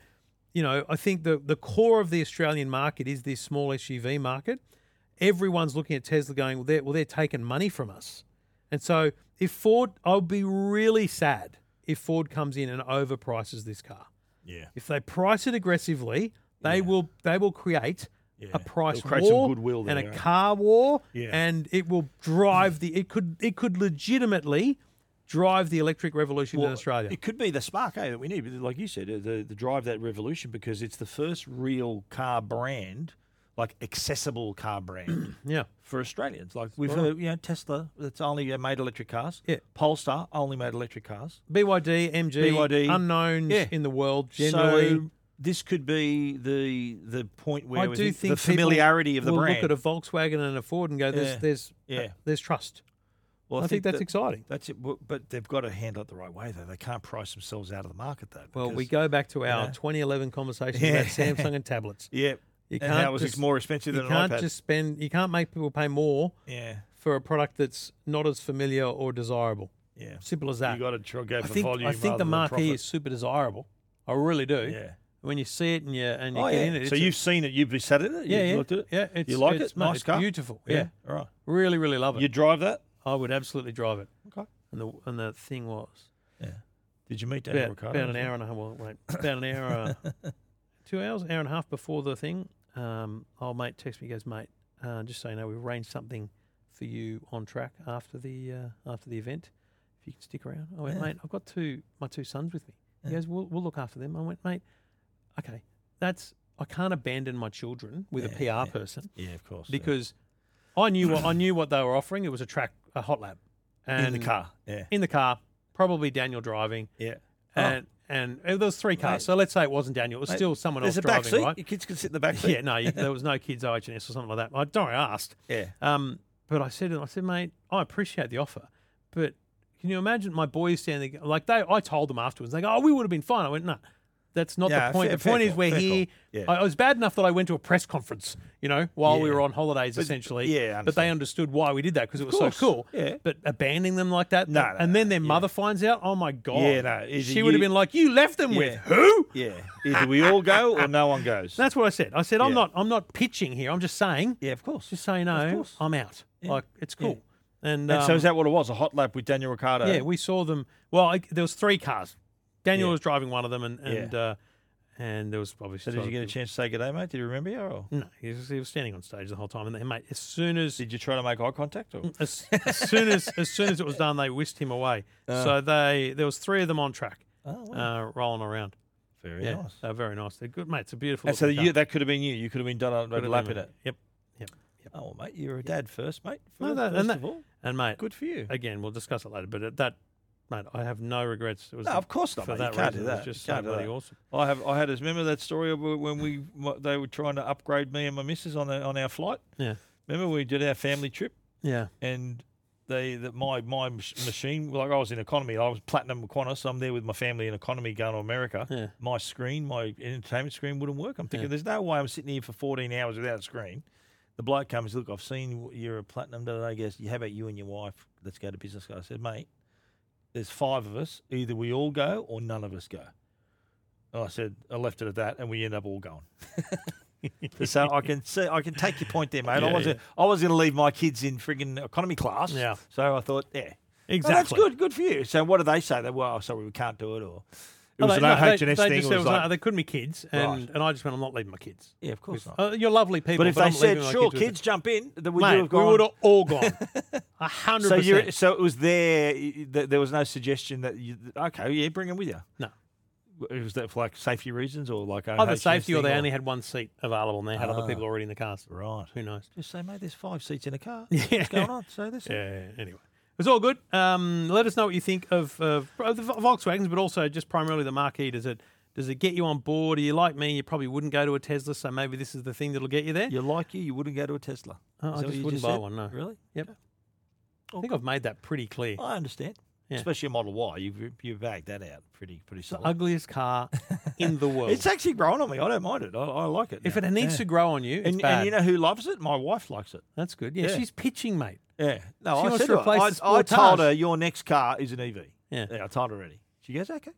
Speaker 1: you know, I think the the core of the Australian market is this small SUV market. Everyone's looking at Tesla, going, well, they're, well, they're taking money from us. And so, if Ford, I'll be really sad if Ford comes in and overprices this car.
Speaker 2: yeah.
Speaker 1: If they price it aggressively, they will they will create
Speaker 2: Yeah.
Speaker 1: a price
Speaker 2: They'll create some
Speaker 1: war
Speaker 2: goodwill there,
Speaker 1: and a
Speaker 2: yeah.
Speaker 1: car war,
Speaker 2: Yeah.
Speaker 1: and it will drive the it could it could legitimately drive the electric revolution in
Speaker 2: Well,
Speaker 1: Australia.
Speaker 2: It could be the spark, eh, that we need. But Like you said, uh, the, the drive that revolution because it's the first real car brand like accessible car brand
Speaker 1: Yeah.
Speaker 2: for Australians. Like we've
Speaker 1: Spot on.
Speaker 2: heard, you know, Tesla that's only uh, made electric cars.
Speaker 1: Yeah.
Speaker 2: Polestar only made electric cars.
Speaker 1: BYD, MG,
Speaker 2: BYD.
Speaker 1: unknowns
Speaker 2: Yeah.
Speaker 1: in the world generally.
Speaker 2: So this could be the the point where
Speaker 1: I
Speaker 2: we
Speaker 1: do think
Speaker 2: the familiarity of the
Speaker 1: we
Speaker 2: brand.
Speaker 1: look at a Volkswagen and a Ford and go, "There's,
Speaker 2: Yeah.
Speaker 1: there's, uh,
Speaker 2: Yeah.
Speaker 1: there's trust."
Speaker 2: well,
Speaker 1: I, think, that's
Speaker 2: that-
Speaker 1: exciting.
Speaker 2: That's it. Well, But they've got to handle it the right way, though. They can't price themselves out of the market, though.
Speaker 1: Well, we
Speaker 2: because-
Speaker 1: go back to our
Speaker 2: know.
Speaker 1: 2011 conversation
Speaker 2: Yeah.
Speaker 1: about Samsung and tablets.
Speaker 2: Yeah.
Speaker 1: You
Speaker 2: and
Speaker 1: can't
Speaker 2: how it was
Speaker 1: just-
Speaker 2: more expensive
Speaker 1: You
Speaker 2: than an
Speaker 1: can't
Speaker 2: iPad.
Speaker 1: just spend. You can't make people pay more
Speaker 2: yeah.
Speaker 1: for a product that's not as familiar or desirable.
Speaker 2: Yeah.
Speaker 1: Simple as that.
Speaker 2: you got to try go
Speaker 1: I
Speaker 2: for
Speaker 1: think
Speaker 2: volume.
Speaker 1: I think
Speaker 2: rather
Speaker 1: the
Speaker 2: than
Speaker 1: marquee
Speaker 2: profit.
Speaker 1: is super desirable. I really do.
Speaker 2: Yeah.
Speaker 1: When you see it and you and you
Speaker 2: Oh,
Speaker 1: get
Speaker 2: yeah.
Speaker 1: in it,
Speaker 2: so
Speaker 1: it's a-
Speaker 2: you've seen it. You've sat in it.
Speaker 1: yeah
Speaker 2: you've
Speaker 1: yeah
Speaker 2: looked at it.
Speaker 1: yeah it's
Speaker 2: you like
Speaker 1: it's,
Speaker 2: it? Nice
Speaker 1: it's
Speaker 2: car.
Speaker 1: beautiful
Speaker 2: Yeah.
Speaker 1: yeah.
Speaker 2: All right.
Speaker 1: really really love it.
Speaker 2: You drive that?
Speaker 1: I would absolutely drive it.
Speaker 2: Okay.
Speaker 1: And the and the thing was
Speaker 2: Did you meet Daniel
Speaker 1: about,
Speaker 2: Ricciardo?
Speaker 1: about an hour and a half. Well, wait, about an hour, uh, two hours, hour and a half before the thing. Um, old mate texts me. He goes, mate, uh, just so you know, we've arranged something for you on track after the uh, after the event. If you can stick around. I went,
Speaker 2: Yeah.
Speaker 1: mate, I've got two my two sons with me. He
Speaker 2: Yeah.
Speaker 1: goes, we'll we'll look after them. I went, mate, okay, that's I can't abandon my children with
Speaker 2: Yeah,
Speaker 1: a PR
Speaker 2: yeah.
Speaker 1: person
Speaker 2: Yeah, of course. yeah.
Speaker 1: because I knew what I knew what they were offering. It was a track a hot lap and
Speaker 2: in the car. Yeah.
Speaker 1: in the car, probably Daniel driving,
Speaker 2: Yeah. Ah.
Speaker 1: and and uh, there was three cars.
Speaker 2: Mate.
Speaker 1: So let's say it wasn't Daniel; it was
Speaker 2: Mate,
Speaker 1: still someone else
Speaker 2: There's a back
Speaker 1: driving,
Speaker 2: seat.
Speaker 1: right?
Speaker 2: Your kids can sit in the back seat.
Speaker 1: Yeah, no, you, there was no kids OHS or something like that. I don't. know, I asked,
Speaker 2: Yeah.
Speaker 1: um, but I said, to them, I said, mate, I appreciate the offer, but can you imagine my boys standing like they? I told them afterwards, they go, "Oh, we would have been fine." I went, "No." That's not
Speaker 2: Yeah,
Speaker 1: the point.
Speaker 2: fair-
Speaker 1: the point
Speaker 2: fair
Speaker 1: is we're
Speaker 2: call, fair
Speaker 1: here.
Speaker 2: call. Yeah.
Speaker 1: I, it was bad enough that I went to a press conference, you know, while we
Speaker 2: Yeah.
Speaker 1: were on holidays,
Speaker 2: But-
Speaker 1: essentially.
Speaker 2: yeah, I
Speaker 1: but they understood why we did that because it was so
Speaker 2: course,
Speaker 1: cool.
Speaker 2: yeah.
Speaker 1: But abandoning them like that,
Speaker 2: No,
Speaker 1: and-
Speaker 2: no,
Speaker 1: and then their
Speaker 2: no,
Speaker 1: mother finds out. Oh my god!
Speaker 2: Yeah, no, is it
Speaker 1: she would have
Speaker 2: you-
Speaker 1: been like, "You left them with
Speaker 2: Yeah.
Speaker 1: who?"
Speaker 2: Yeah. Either we all go or no one goes.
Speaker 1: That's what I said. I said, "I'm
Speaker 2: Yeah.
Speaker 1: not. I'm not pitching here. I'm just saying.
Speaker 2: yeah, of course.
Speaker 1: Just say
Speaker 2: Of
Speaker 1: no.
Speaker 2: course.
Speaker 1: I'm out.
Speaker 2: Yeah.
Speaker 1: Like it's cool." And,
Speaker 2: and so
Speaker 1: um,
Speaker 2: is that what it was? A hot lap with Daniel Ricciardo?
Speaker 1: Yeah, we saw them. Well, I, there was three cars. Daniel
Speaker 2: Yeah.
Speaker 1: was driving one of them, and and, uh, and there was probably.
Speaker 2: So did you get a chance to say good day, mate? Did he remember you? Or
Speaker 1: No, he was, he was standing on stage the whole time, and they, mate, as soon as
Speaker 2: did you try to make eye contact? Or?
Speaker 1: as, as soon as as soon as it was done, they whisked him away. so they there was three of them on track,
Speaker 2: Oh, Uh. wow.
Speaker 1: uh, rolling around.
Speaker 2: Very
Speaker 1: yeah,
Speaker 2: nice.
Speaker 1: they're very nice. They're good, mate. It's a beautiful.
Speaker 2: And so
Speaker 1: looking
Speaker 2: you,
Speaker 1: car.
Speaker 2: that could have been you. You could have been done on
Speaker 1: Could
Speaker 2: a
Speaker 1: have
Speaker 2: lap in
Speaker 1: been
Speaker 2: it.
Speaker 1: Yep, yep, yep.
Speaker 2: Oh, well, mate, you were a dad first, mate.
Speaker 1: No,
Speaker 2: First,
Speaker 1: that-
Speaker 2: first
Speaker 1: and that-
Speaker 2: of all,
Speaker 1: And mate,
Speaker 2: good for you.
Speaker 1: again, we'll discuss it later. But at that, mate, I have no regrets. It was
Speaker 2: No,
Speaker 1: the-
Speaker 2: of course not.
Speaker 1: For
Speaker 2: mate.
Speaker 1: that
Speaker 2: you can't
Speaker 1: reason,
Speaker 2: do
Speaker 1: it
Speaker 2: that.
Speaker 1: was just so
Speaker 2: you can't do
Speaker 1: bloody
Speaker 2: that.
Speaker 1: awesome.
Speaker 2: I have. I had. as- Remember that story of when we they were trying to upgrade me and my missus on our, on our flight.
Speaker 1: Yeah,
Speaker 2: Remember we did our family trip
Speaker 1: yeah.
Speaker 2: and they that my my mach- machine like I was in economy. I was platinum Qantas. I'm there with my family in economy going to America.
Speaker 1: Yeah.
Speaker 2: My screen, my entertainment screen wouldn't work. I'm thinking
Speaker 1: Yeah.
Speaker 2: there's no way I'm sitting here for 14 hours without a screen. The bloke comes, look, I've seen what- you're a platinum. Da, da, da. He goes, how about you and your wife? Let's go to business class. I said, mate, there's five of us. Either we all go or none of us go. And I said, I left it at that, and we end up all going. so I can see, I can take your point there, mate. I
Speaker 1: Yeah,
Speaker 2: wasn't, I was going to leave my kids in frigging economy class.
Speaker 1: Yeah.
Speaker 2: So I thought, yeah,
Speaker 1: Exactly.
Speaker 2: Well, that's good, good for you. So what do they say? They well, sorry, we can't do it, or it
Speaker 1: Oh,
Speaker 2: was
Speaker 1: they-
Speaker 2: an
Speaker 1: no, they-
Speaker 2: OHS
Speaker 1: they
Speaker 2: thing.
Speaker 1: just
Speaker 2: it
Speaker 1: said
Speaker 2: was
Speaker 1: it was-
Speaker 2: like,
Speaker 1: they couldn't be kids, and,
Speaker 2: Right.
Speaker 1: and I just went, I'm not leaving my kids.
Speaker 2: yeah, of course not.
Speaker 1: Uh, you're lovely people,
Speaker 2: But if they
Speaker 1: I'm
Speaker 2: said,
Speaker 1: leaving my
Speaker 2: sure,
Speaker 1: with
Speaker 2: kids,
Speaker 1: it."
Speaker 2: jump in, then would you
Speaker 1: Mate,
Speaker 2: have
Speaker 1: we
Speaker 2: gone?
Speaker 1: would have all gone. A hundred
Speaker 2: so you,
Speaker 1: percent.
Speaker 2: so it was there. y- th- There was no suggestion that you. Okay, yeah, bring them with you.
Speaker 1: No.
Speaker 2: It was that for like safety reasons or like
Speaker 1: Either
Speaker 2: OHS
Speaker 1: safety or
Speaker 2: thing Ah.
Speaker 1: they only had one seat available, and they had other people already in the cars.
Speaker 2: right.
Speaker 1: Who knows?
Speaker 2: Just say, mate, there's five seats in a car.
Speaker 1: Yeah.
Speaker 2: What's going on? So this.
Speaker 1: Yeah. Anyway, it's all good. Um, let us know what you think of, of of the Volkswagens, but also just primarily the marquee. Does it does it get you on board? Are you like me? You probably wouldn't go to a Tesla, so maybe this is the thing that'll get you there.
Speaker 2: You're like you. You wouldn't go to a Tesla.
Speaker 1: Oh,
Speaker 2: Is
Speaker 1: I
Speaker 2: that what
Speaker 1: just
Speaker 2: you
Speaker 1: wouldn't buy
Speaker 2: said?
Speaker 1: one. No.
Speaker 2: Really?
Speaker 1: Yep. I think I've made that pretty clear.
Speaker 2: I understand.
Speaker 1: Yeah.
Speaker 2: Especially a Model Y. You've you've bagged that out pretty pretty solid.
Speaker 1: Ugliest car in the world.
Speaker 2: It's actually growing on me. I don't mind it. I, I like it.
Speaker 1: If
Speaker 2: now.
Speaker 1: it needs
Speaker 2: Yeah.
Speaker 1: to grow on you, it's
Speaker 2: and,
Speaker 1: bad.
Speaker 2: and you know who loves it? My wife likes it.
Speaker 1: That's good. Yeah,
Speaker 2: Yeah.
Speaker 1: she's pitching, mate.
Speaker 2: Yeah. No,
Speaker 1: She
Speaker 2: I
Speaker 1: wants
Speaker 2: said
Speaker 1: to
Speaker 2: to her,
Speaker 1: replace
Speaker 2: I,
Speaker 1: the
Speaker 2: I told
Speaker 1: Sportage.
Speaker 2: her your next car is an EV.
Speaker 1: Yeah.
Speaker 2: Yeah, I told her already. She goes, okay.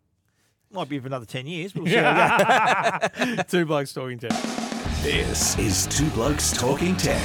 Speaker 2: Might be for another ten years, but we'll see how it goes.
Speaker 1: Two blokes talking to.
Speaker 3: This is Two Blokes Talking Tech.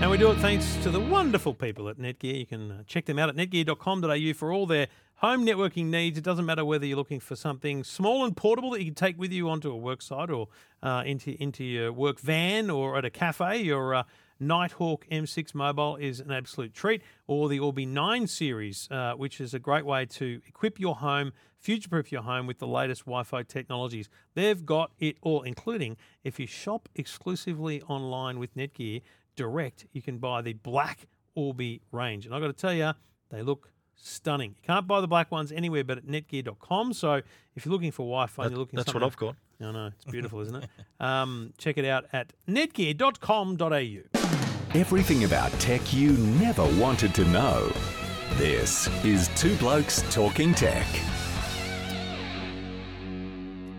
Speaker 1: And we do it thanks to the wonderful people at Netgear. You can uh, check them out at netgear.com.au for all their home networking needs. It doesn't matter whether you're looking for something small and portable that you can take with you onto a work site or uh, into, into your work van or at a cafe. Your uh, Nighthawk M6 Mobile is an absolute treat, or the Orbi 9 series, uh, which is a great way to equip your home, future proof your home with the latest Wi Fi technologies. They've got it all, including if you shop exclusively online with Netgear direct, you can buy the black Orbi range. And I've got to tell you, they look stunning. You can't buy the black ones anywhere but at netgear.com. So if you're looking for Wi Fi, you're looking
Speaker 2: That's what
Speaker 1: something-
Speaker 2: I've got.
Speaker 1: I know, it's beautiful, isn't it? Um, check it out at netgear.com.au.
Speaker 3: Everything about tech you never wanted to know. This is Two Blokes Talking Tech.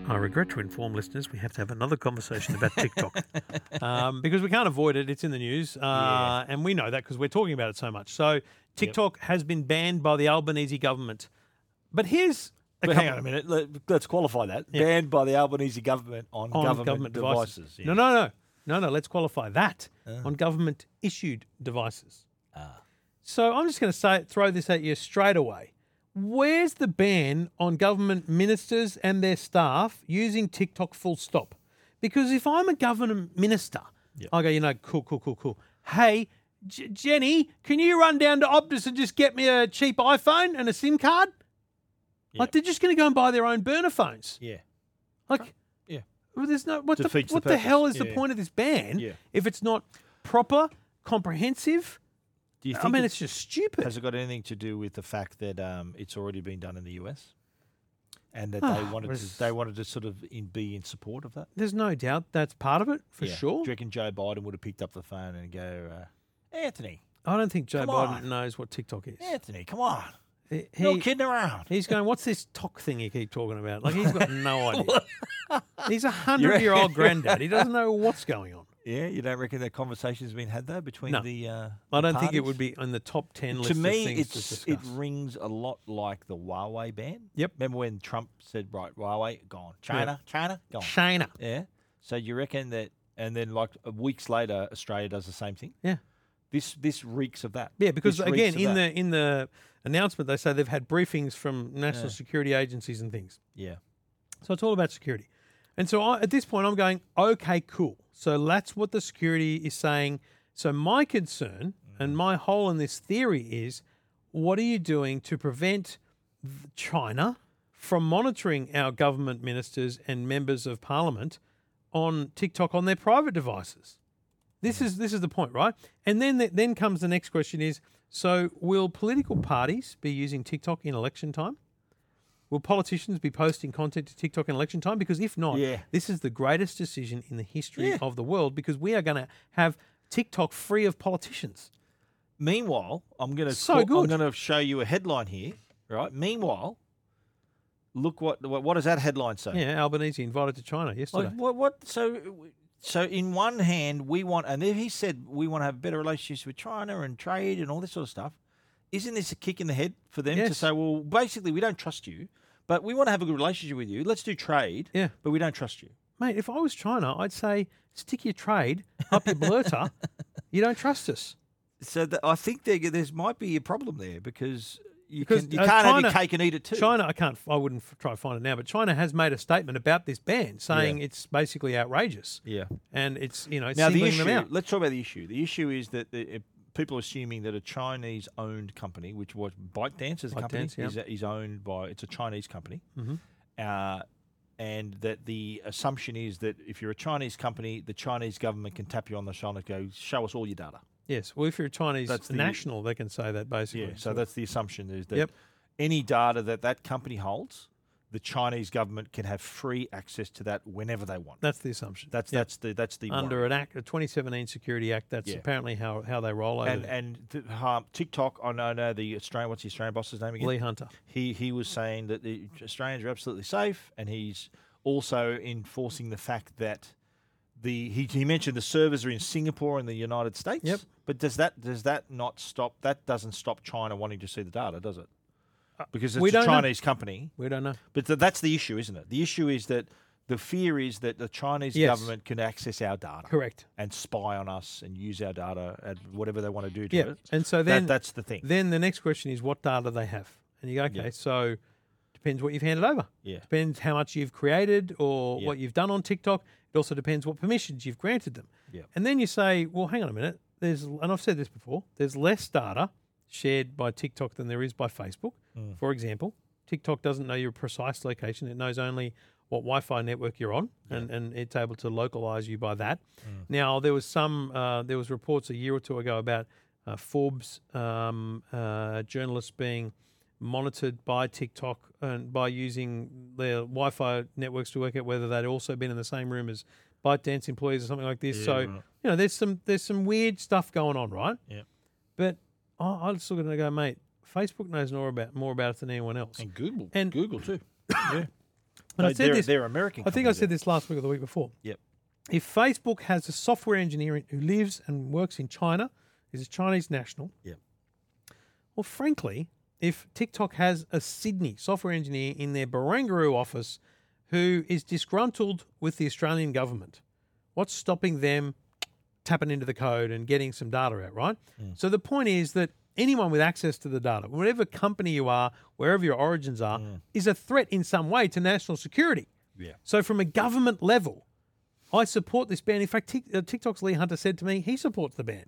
Speaker 1: I regret to inform listeners we have to have another conversation about TikTok um, because we can't avoid it. It's in the news, uh, and we know that because we're talking about it so much. So TikTok has been banned by the Albanese government. But here's
Speaker 2: But hang on a minute. Let, us qualify that. Banned by the Albanese government on,
Speaker 1: on
Speaker 2: government, devices. Yeah. Uh.
Speaker 1: No, no, no, no, no. Let's qualify that on government issued devices.
Speaker 2: Ah.
Speaker 1: So I'm just going to say, throw this at you straight away. Where's the ban on government ministers and their staff using TikTok? Full stop. Because if I'm a government minister, I go, you know, cool, cool, cool, cool. Hey, J- Jenny, can you run down to Optus and just get me a cheap iPhone and a SIM card? Like they're just going to go and buy their own burner phones.
Speaker 2: Yeah.
Speaker 1: Like,
Speaker 2: Yeah.
Speaker 1: well, there's no what the,
Speaker 2: Defeats the
Speaker 1: what the hell is
Speaker 2: purpose.
Speaker 1: the
Speaker 2: Yeah.
Speaker 1: point of this ban
Speaker 2: Yeah.
Speaker 1: if it's not proper, comprehensive?
Speaker 2: Do you
Speaker 1: I mean, it's, just stupid.
Speaker 2: has it got anything to do with the fact that um, it's already been done in the US, and that they
Speaker 1: Ah,
Speaker 2: wanted
Speaker 1: was-
Speaker 2: to they wanted to sort of in, be in support of that?
Speaker 1: There's no doubt that's part of it for
Speaker 2: Yeah.
Speaker 1: sure.
Speaker 2: Do you reckon Joe Biden would have picked up the phone and go, uh, Anthony,
Speaker 1: I don't think Joe
Speaker 2: Come
Speaker 1: Biden
Speaker 2: on.
Speaker 1: knows what TikTok is.
Speaker 2: Anthony, come on,
Speaker 1: He-
Speaker 2: no
Speaker 1: he-
Speaker 2: kidding around.
Speaker 1: he's going, what's this TOC thing you keep talking about? Like he's got no idea. he's a hundred year old granddad. He doesn't know what's going on.
Speaker 2: Yeah, you don't reckon that conversation's been had though between
Speaker 1: No.
Speaker 2: the? Uh,
Speaker 1: I
Speaker 2: the
Speaker 1: don't think it
Speaker 2: parties?
Speaker 1: would be on the top ten list
Speaker 2: To me,
Speaker 1: of things to
Speaker 2: it's
Speaker 1: discuss.
Speaker 2: it rings a lot like the Huawei ban.
Speaker 1: Yep.
Speaker 2: Remember when Trump said, "Right, Huawei gone, China, China gone."
Speaker 1: China.
Speaker 2: Yeah. So you reckon that, and then like uh, weeks later, Australia does the same thing.
Speaker 1: Yeah.
Speaker 2: This this reeks of that.
Speaker 1: Yeah, because
Speaker 2: This
Speaker 1: again,
Speaker 2: reeks of
Speaker 1: in
Speaker 2: that.
Speaker 1: the in the announcement, they say they've had briefings from national security agencies and things.
Speaker 2: yeah,
Speaker 1: So it's all about security. And so I, at this point, I'm going, okay, cool. So that's what the security is saying. So my concern and my hole in this theory is, what are you doing to prevent th- China from monitoring our government ministers and members of parliament on TikTok on their private devices? This is this is the point, right? And then the, then comes the next question: is so will political parties be using TikTok in election time? Will politicians be posting content to TikTok in election time? Because if not,
Speaker 2: Yeah.
Speaker 1: this is the greatest decision in the history of the world because we are going to have TikTok free of politicians.
Speaker 2: Meanwhile, I'm gonna
Speaker 1: So
Speaker 2: qu-
Speaker 1: good.
Speaker 2: I'm gonna show you a headline here, right? Meanwhile, look what what, what does that headline say?
Speaker 1: Yeah, Albanese invited to China yesterday.
Speaker 2: Like, what, what? So, so in one hand, we want, and he said we want to have better relationships with China and trade and all this sort of stuff. Isn't this a kick in the head for them to
Speaker 1: Yes.
Speaker 2: say, well, basically, we don't trust you, but we want to have a good relationship with you. Let's do trade,
Speaker 1: Yeah.
Speaker 2: but we don't trust you.
Speaker 1: Mate, if I was China, I'd say stick your trade up your blurter. you don't trust us.
Speaker 2: So that I think there there's might be a problem there because you
Speaker 1: Because,
Speaker 2: can, you
Speaker 1: uh,
Speaker 2: can't have your
Speaker 1: China-
Speaker 2: cake and eat it too.
Speaker 1: China, I can't, I wouldn't f- try to find it now, but China has made a statement about this ban, saying it's basically outrageous,
Speaker 2: yeah.
Speaker 1: and it's you know it's
Speaker 2: Now the
Speaker 1: singling
Speaker 2: issue.
Speaker 1: them out.
Speaker 2: Let's talk about the issue. The issue is that the, it, people are assuming that a Chinese-owned company, which was ByteDance as a company,
Speaker 1: ByteDance, yeah.
Speaker 2: is, is owned by it's a Chinese company, uh, and that the assumption is that if you're a Chinese company, the Chinese government can tap you on the shoulder and go, "Show us all your data."
Speaker 1: Yes, well, if you're a Chinese
Speaker 2: That's the-
Speaker 1: national, they can say that basically.
Speaker 2: Yeah. So that's the assumption is that
Speaker 1: Yep.
Speaker 2: any data that that company holds, the Chinese government can have free access to that whenever they want.
Speaker 1: that's the assumption.
Speaker 2: That's that's the that's the worry.
Speaker 1: under an act, a 2017 Security Act. That's
Speaker 2: Yeah.
Speaker 1: apparently how, how they roll over.
Speaker 2: and
Speaker 1: it.
Speaker 2: and th- um, TikTok. I know, I know the Australian. What's the Australian boss's name again?
Speaker 1: Lee Hunter.
Speaker 2: He he was saying that the Australians are absolutely safe, and he's also enforcing the fact that the he, he mentioned the servers are in Singapore and the United States.
Speaker 1: Yep.
Speaker 2: But does that does that not stop? That doesn't stop China wanting to see the data, does it? Because it's
Speaker 1: Uh, we
Speaker 2: a
Speaker 1: don't know.
Speaker 2: Chinese company.
Speaker 1: We don't know.
Speaker 2: But th- that's the issue, isn't it? The issue is that The fear is that the Chinese
Speaker 1: Yes.
Speaker 2: government can access our data
Speaker 1: Correct.
Speaker 2: and spy on us and use our data and whatever they want to do to
Speaker 1: Yeah.
Speaker 2: it.
Speaker 1: And so
Speaker 2: That-
Speaker 1: then
Speaker 2: that's the thing.
Speaker 1: Then the next question is what data they have. And you go, okay,
Speaker 2: Yeah.
Speaker 1: so depends what you've handed over.
Speaker 2: Yeah.
Speaker 1: Depends how much you've created or
Speaker 2: Yeah.
Speaker 1: what you've done on TikTok. It also depends what permissions you've granted them.
Speaker 2: Yeah.
Speaker 1: And then you say, well, hang on a minute. There's and I've said this before, there's less data shared by TikTok than there is by Facebook.
Speaker 2: Mm.
Speaker 1: For example, TikTok doesn't know your precise location. It knows only what Wi-Fi network you're on, and, and it's able to localize you by that.
Speaker 2: Mm.
Speaker 1: Now there was some uh, there was reports a year or two ago about uh, Forbes um, uh, journalists being monitored by TikTok and by using their Wi-Fi networks to work out whether they'd also been in the same room as ByteDance employees or something like this. so you know, there's some there's some weird stuff going on, right?
Speaker 2: Yeah.
Speaker 1: But I, I just look at it and I go, mate, Facebook knows more about more about it than anyone else.
Speaker 2: And Google.
Speaker 1: And-
Speaker 2: Google too.
Speaker 1: And I
Speaker 2: No,
Speaker 1: said
Speaker 2: they're,
Speaker 1: this-
Speaker 2: they're American.
Speaker 1: I think I
Speaker 2: companies,
Speaker 1: said this last week or the week before.
Speaker 2: Yep.
Speaker 1: If Facebook has a software engineer who lives and works in China, is a Chinese national.
Speaker 2: Yep.
Speaker 1: Well, frankly, if TikTok has a Sydney software engineer in their Barangaroo office who is disgruntled with the Australian government, what's stopping them tapping into the code and getting some data out, right?
Speaker 2: Hmm.
Speaker 1: So the point is that anyone with access to the data, whatever company you are, wherever your origins are, is a threat in some way to national security.
Speaker 2: Hmm. Yeah.
Speaker 1: So from a government level, I support this ban. In fact, Tik- uh, TikTok's Lee Hunter said to me he supports the ban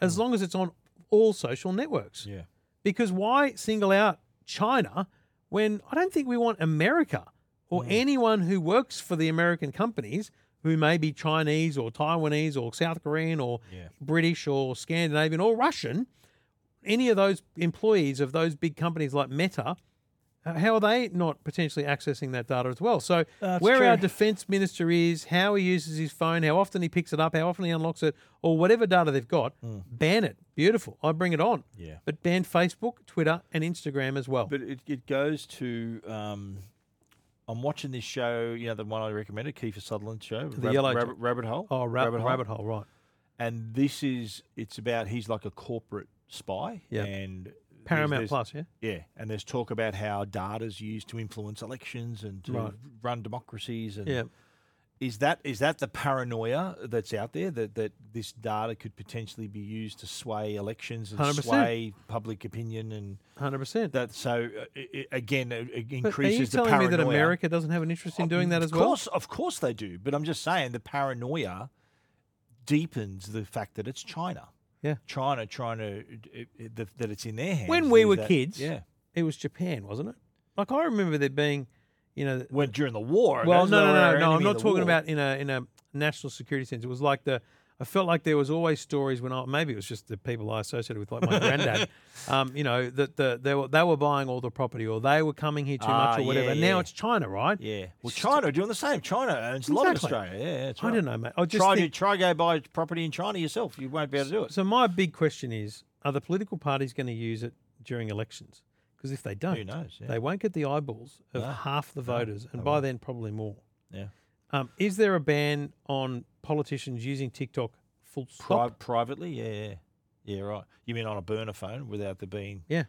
Speaker 1: as long as it's on all social networks.
Speaker 2: Hmm. Yeah.
Speaker 1: Because why single out China when I don't think we want America
Speaker 2: Mm.
Speaker 1: or anyone who works for the American companies who may be Chinese or Taiwanese or South Korean or
Speaker 2: Yeah.
Speaker 1: British or Scandinavian or Russian, any of those employees of those big companies like Meta. uh, How are they not potentially accessing that data as well? So,
Speaker 2: That's
Speaker 1: where our
Speaker 2: true.
Speaker 1: defense minister is, how he uses his phone, how often he picks it up, how often he unlocks it, or whatever data they've got,
Speaker 2: Mm.
Speaker 1: ban it. Beautiful. I bring it on.
Speaker 2: Yeah.
Speaker 1: But ban Facebook, Twitter, and Instagram as well.
Speaker 2: But it, it goes to. Um, I'm watching this show, you know, the one I recommended, Kiefer Sutherland's show,
Speaker 1: The Yellow
Speaker 2: rabbit, rabbit Hole.
Speaker 1: oh, ra- rabbit, hole. right.
Speaker 2: And this is, it's about he's like a corporate spy.
Speaker 1: Yeah.
Speaker 2: And there's-
Speaker 1: Paramount
Speaker 2: there's-
Speaker 1: Plus, yeah?
Speaker 2: Yeah, and there's talk about how data's used to influence elections and to
Speaker 1: Right.
Speaker 2: run democracies. And
Speaker 1: Yeah.
Speaker 2: is that is that the paranoia that's out there that, that this data could potentially be used to sway elections and
Speaker 1: 100%.
Speaker 2: sway public opinion and
Speaker 1: 100%.
Speaker 2: that so uh, i i again it, it
Speaker 1: But are you
Speaker 2: increases
Speaker 1: telling
Speaker 2: the paranoia. Oh,
Speaker 1: me that America doesn't have an interest in doing that as
Speaker 2: of
Speaker 1: well?
Speaker 2: course, of course they do. But I'm just saying the paranoia deepens the fact that it's China.
Speaker 1: Yeah.
Speaker 2: China trying to it, it, that- that it's in their hands.
Speaker 1: When we
Speaker 2: is
Speaker 1: were
Speaker 2: that-
Speaker 1: kids,
Speaker 2: yeah.
Speaker 1: It was Japan, wasn't it? Like, I remember there being, you know,
Speaker 2: When during the war.
Speaker 1: Well,
Speaker 2: those
Speaker 1: no,
Speaker 2: were
Speaker 1: no,
Speaker 2: our
Speaker 1: no, no. I'm
Speaker 2: enemy of
Speaker 1: not
Speaker 2: the
Speaker 1: talking
Speaker 2: war.
Speaker 1: about in a in a national security sense. It was like the. I felt like there was always stories when I maybe it was just the people I associated with, like my granddad. Um, you know that the they were they were buying all the property or they were coming here too
Speaker 2: Ah,
Speaker 1: much or whatever.
Speaker 2: yeah,
Speaker 1: Now
Speaker 2: yeah.
Speaker 1: it's China, right?
Speaker 2: Yeah. Well,
Speaker 1: It's just-
Speaker 2: China are doing the same. China owns a lot of
Speaker 1: Exactly.
Speaker 2: Australia. Yeah, that's
Speaker 1: I
Speaker 2: right.
Speaker 1: don't know, mate. I just
Speaker 2: Try
Speaker 1: think-
Speaker 2: to try go buy property in China yourself. You won't be able to do it.
Speaker 1: So my big question is: Are the political parties going to use it during elections? Because if they don't,
Speaker 2: knows, yeah.
Speaker 1: They won't get the eyeballs of half the voters, and by then probably more.
Speaker 2: Yeah.
Speaker 1: Um, is there a ban on politicians using TikTok? Full
Speaker 2: Pri-
Speaker 1: stop.
Speaker 2: privately, yeah, yeah. Yeah, right. You mean on a burner phone without the being?
Speaker 1: Yeah.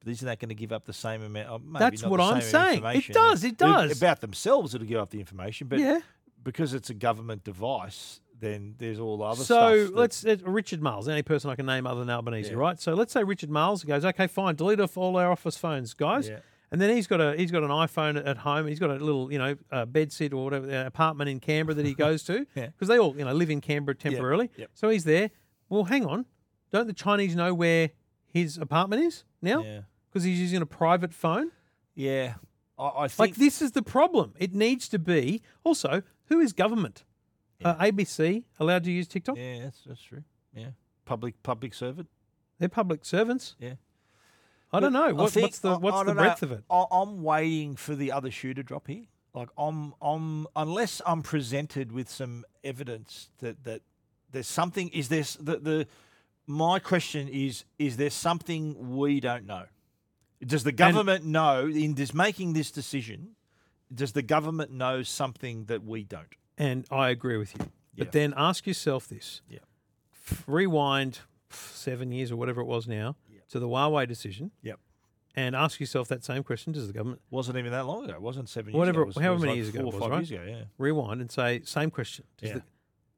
Speaker 2: But isn't that going to give up the same amount? oh, maybe
Speaker 1: That's
Speaker 2: not
Speaker 1: what
Speaker 2: the
Speaker 1: I'm
Speaker 2: same
Speaker 1: saying. It
Speaker 2: information.
Speaker 1: does, it does.
Speaker 2: About themselves, it'll give up the information, but
Speaker 1: Yeah.
Speaker 2: because it's a government device, then there's all the other stuff.
Speaker 1: so
Speaker 2: that-
Speaker 1: let's uh, Richard Miles, the only person I can name other than Albanese, right? So let's say Richard Miles goes, okay, fine, delete off all our office phones, guys.
Speaker 2: Yeah.
Speaker 1: And then he's got a he's got an iPhone at home. He's got a little you know uh, bed sit or whatever uh, apartment in Canberra that he goes to because
Speaker 2: Yeah.
Speaker 1: they all you know live in Canberra temporarily.
Speaker 2: yep.
Speaker 1: So he's there. Well, hang on, don't the Chinese know where his apartment is now?
Speaker 2: Yeah.
Speaker 1: Because he's using a private phone.
Speaker 2: Yeah. I, I think.
Speaker 1: Like this is the problem. It needs to be also who is government? Uh, ABC allowed to use TikTok?
Speaker 2: Yeah, that's, that's true. Yeah. Public public servant.
Speaker 1: They're public servants.
Speaker 2: Yeah.
Speaker 1: I don't know.
Speaker 2: I
Speaker 1: What,
Speaker 2: think-
Speaker 1: what's the
Speaker 2: I-
Speaker 1: what's
Speaker 2: I
Speaker 1: the
Speaker 2: don't know.
Speaker 1: breadth of it?
Speaker 2: I, I'm waiting for the other shoe to drop here. Like I'm, I'm unless I'm presented with some evidence that that there's something. Is this the the my question is is there something we don't know? Does the government know in this making this decision? Does the government know something that we don't?
Speaker 1: And I agree with you.
Speaker 2: Yeah.
Speaker 1: But then ask yourself this.
Speaker 2: Yeah.
Speaker 1: F- Rewind f- seven years or whatever it was now to the Huawei decision.
Speaker 2: Yep.
Speaker 1: and ask yourself that same question: Does the government
Speaker 2: Wasn't even that long ago. It wasn't seven years
Speaker 1: Whatever-
Speaker 2: ago. It was- it
Speaker 1: however
Speaker 2: was
Speaker 1: many
Speaker 2: like
Speaker 1: years ago
Speaker 2: four
Speaker 1: it
Speaker 2: or
Speaker 1: was,
Speaker 2: five
Speaker 1: right?
Speaker 2: years ago, yeah.
Speaker 1: rewind and say same question? Does
Speaker 2: Yeah.
Speaker 1: the,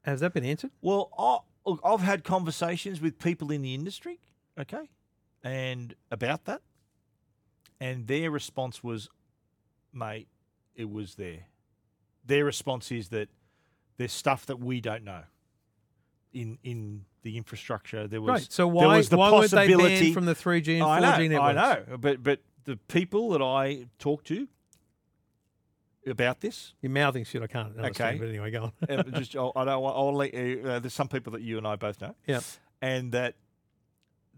Speaker 1: has that been answered?
Speaker 2: Well, I, look, I've had conversations with people in the industry, okay, and about that, and their response was, "Mate, it was there." Their response is that there's stuff that we don't know in in the infrastructure. There was
Speaker 1: Right. So
Speaker 2: there
Speaker 1: why
Speaker 2: was the
Speaker 1: why weren't they
Speaker 2: possibility-
Speaker 1: banned from the three G and
Speaker 2: I
Speaker 1: four
Speaker 2: know,
Speaker 1: G networks?
Speaker 2: I know, but but the people that I talk to about this
Speaker 1: You're mouthing shit. I can't understand.
Speaker 2: Okay.
Speaker 1: But anyway, go on.
Speaker 2: uh, just I'll, I don't want. I'll let you, uh, there's some people that you and I both know.
Speaker 1: Yep.
Speaker 2: And that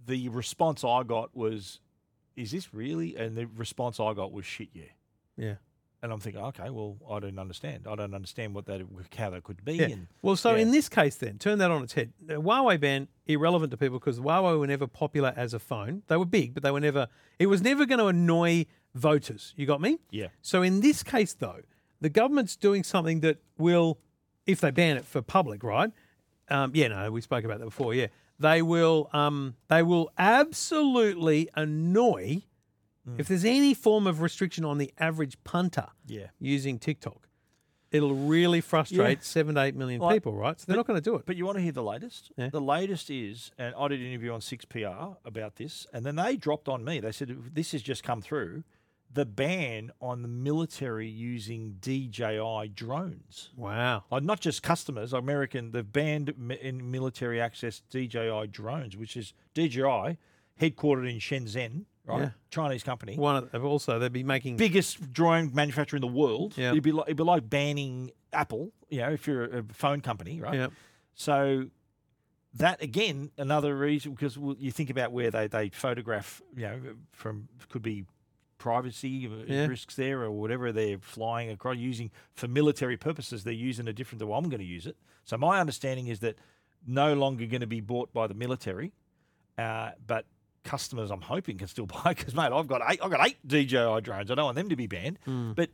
Speaker 2: the response I got was, "Is this really?" And the response I got was, "Shit, yeah."
Speaker 1: Yeah.
Speaker 2: And I'm thinking, okay, well, I don't understand. I don't understand what that, how that could be.
Speaker 1: Yeah.
Speaker 2: And
Speaker 1: Well, so
Speaker 2: yeah.
Speaker 1: in this case, then turn that on its head. The Huawei ban irrelevant to people because Huawei were never popular as a phone. They were big, but they were never. It was never going to annoy voters. You got me?
Speaker 2: Yeah.
Speaker 1: So in this case, though, the government's doing something that will, if they ban it for public, right? Um, yeah, no, we spoke about that before. Yeah, they will. Um, they will absolutely annoy
Speaker 2: Mm.
Speaker 1: if there's any form of restriction on the average punter
Speaker 2: Yeah.
Speaker 1: using TikTok. It'll really frustrate seven to eight million
Speaker 2: Well,
Speaker 1: people, right? So they're not going to do it.
Speaker 2: But you want to hear the latest?
Speaker 1: Yeah.
Speaker 2: The latest is, and I did an interview on 6PR about this, and then they dropped on me. They said, This has just come through the ban on the military using DJI drones.
Speaker 1: wow.
Speaker 2: Uh, not just customers, American, they've banned mi- in military access DJI drones, which is DJI, headquartered in Shenzhen, right?
Speaker 1: Yeah.
Speaker 2: Chinese company.
Speaker 1: One of, also, they'd be making
Speaker 2: Biggest drone manufacturer in the world.
Speaker 1: Yeah.
Speaker 2: It'd, be like, it'd be like banning Apple, you know, if you're a a phone company, right?
Speaker 1: yeah,
Speaker 2: So that again, another reason because well, you think about where they, they photograph, you know, from could be privacy uh,
Speaker 1: Yeah.
Speaker 2: risks there or whatever they're flying across using for military purposes. They're using a different. Well, I'm going to use it. So my understanding is that no longer going to be bought by the military, uh, but customers I'm hoping can still buy because mate, I've got eight. I've got eight DJI drones. I don't want them to be banned, but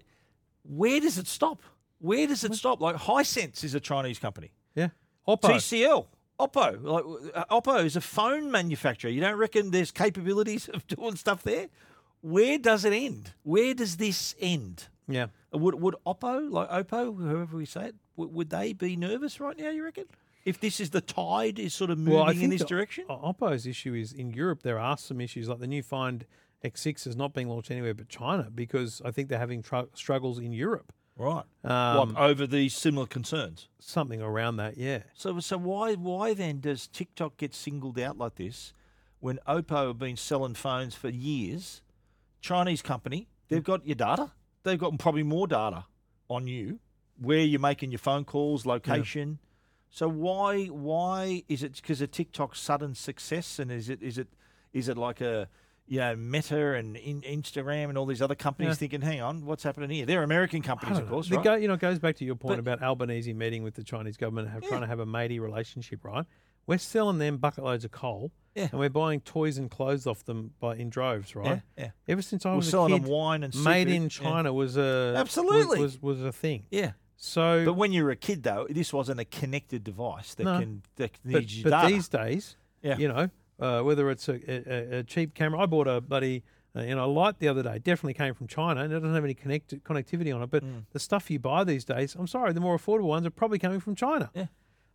Speaker 2: where does it stop? Where does it stop? Like Hisense is a Chinese company.
Speaker 1: yeah. Oppo.
Speaker 2: TCL. Oppo, like uh, Oppo is a phone manufacturer. You don't reckon there's capabilities of doing stuff there? Where does it end? Where does this end?
Speaker 1: yeah.
Speaker 2: Would would Oppo, like Oppo, whoever we say it, would, would they be nervous right now? You reckon? If this is the tide is sort of moving in this
Speaker 1: the-
Speaker 2: direction?
Speaker 1: O- Oppo's issue is in Europe. There are some issues like the new Find X6 is not being launched anywhere but China because I think they're having tru struggles in Europe.
Speaker 2: Right.
Speaker 1: Um,
Speaker 2: Like, over these similar concerns.
Speaker 1: Something around that, yeah.
Speaker 2: So so why why then does TikTok get singled out like this when Oppo have been selling phones for years? Chinese company, they've got your data. They've got probably more data on you, where you're making your phone calls, location. So why why is it because of TikTok's sudden success and is it is it is it like a you know Meta and in, Instagram and all these other companies
Speaker 1: Yeah.
Speaker 2: thinking, hang on, what's happening here? They're American companies, of course,
Speaker 1: It
Speaker 2: right?
Speaker 1: go- you know, it goes back to your point
Speaker 2: But-
Speaker 1: about Albanese meeting with the Chinese government, have, trying to have a matey relationship, right? We're selling them bucket loads of coal,
Speaker 2: Yeah.
Speaker 1: and we're buying toys and clothes off them by in droves, right?
Speaker 2: yeah.
Speaker 1: Ever since I
Speaker 2: We're
Speaker 1: was a
Speaker 2: selling
Speaker 1: kid,
Speaker 2: them wine and
Speaker 1: made
Speaker 2: seafood.
Speaker 1: in
Speaker 2: Yeah.
Speaker 1: China was a
Speaker 2: Absolutely.
Speaker 1: was, was, was a thing.
Speaker 2: yeah.
Speaker 1: So,
Speaker 2: But when you were a kid, though, this wasn't a connected device that
Speaker 1: No.
Speaker 2: can that
Speaker 1: but-
Speaker 2: needs your
Speaker 1: but
Speaker 2: data.
Speaker 1: these days,
Speaker 2: Yeah.
Speaker 1: you know, uh, whether it's a, a, a- a cheap camera, I bought a bloody uh, you know light the other day. Definitely came from China, and it doesn't have any connect connectivity on it. But
Speaker 2: Mm.
Speaker 1: the stuff you buy these days, I'm sorry, the more affordable ones are probably coming from China.
Speaker 2: Yeah.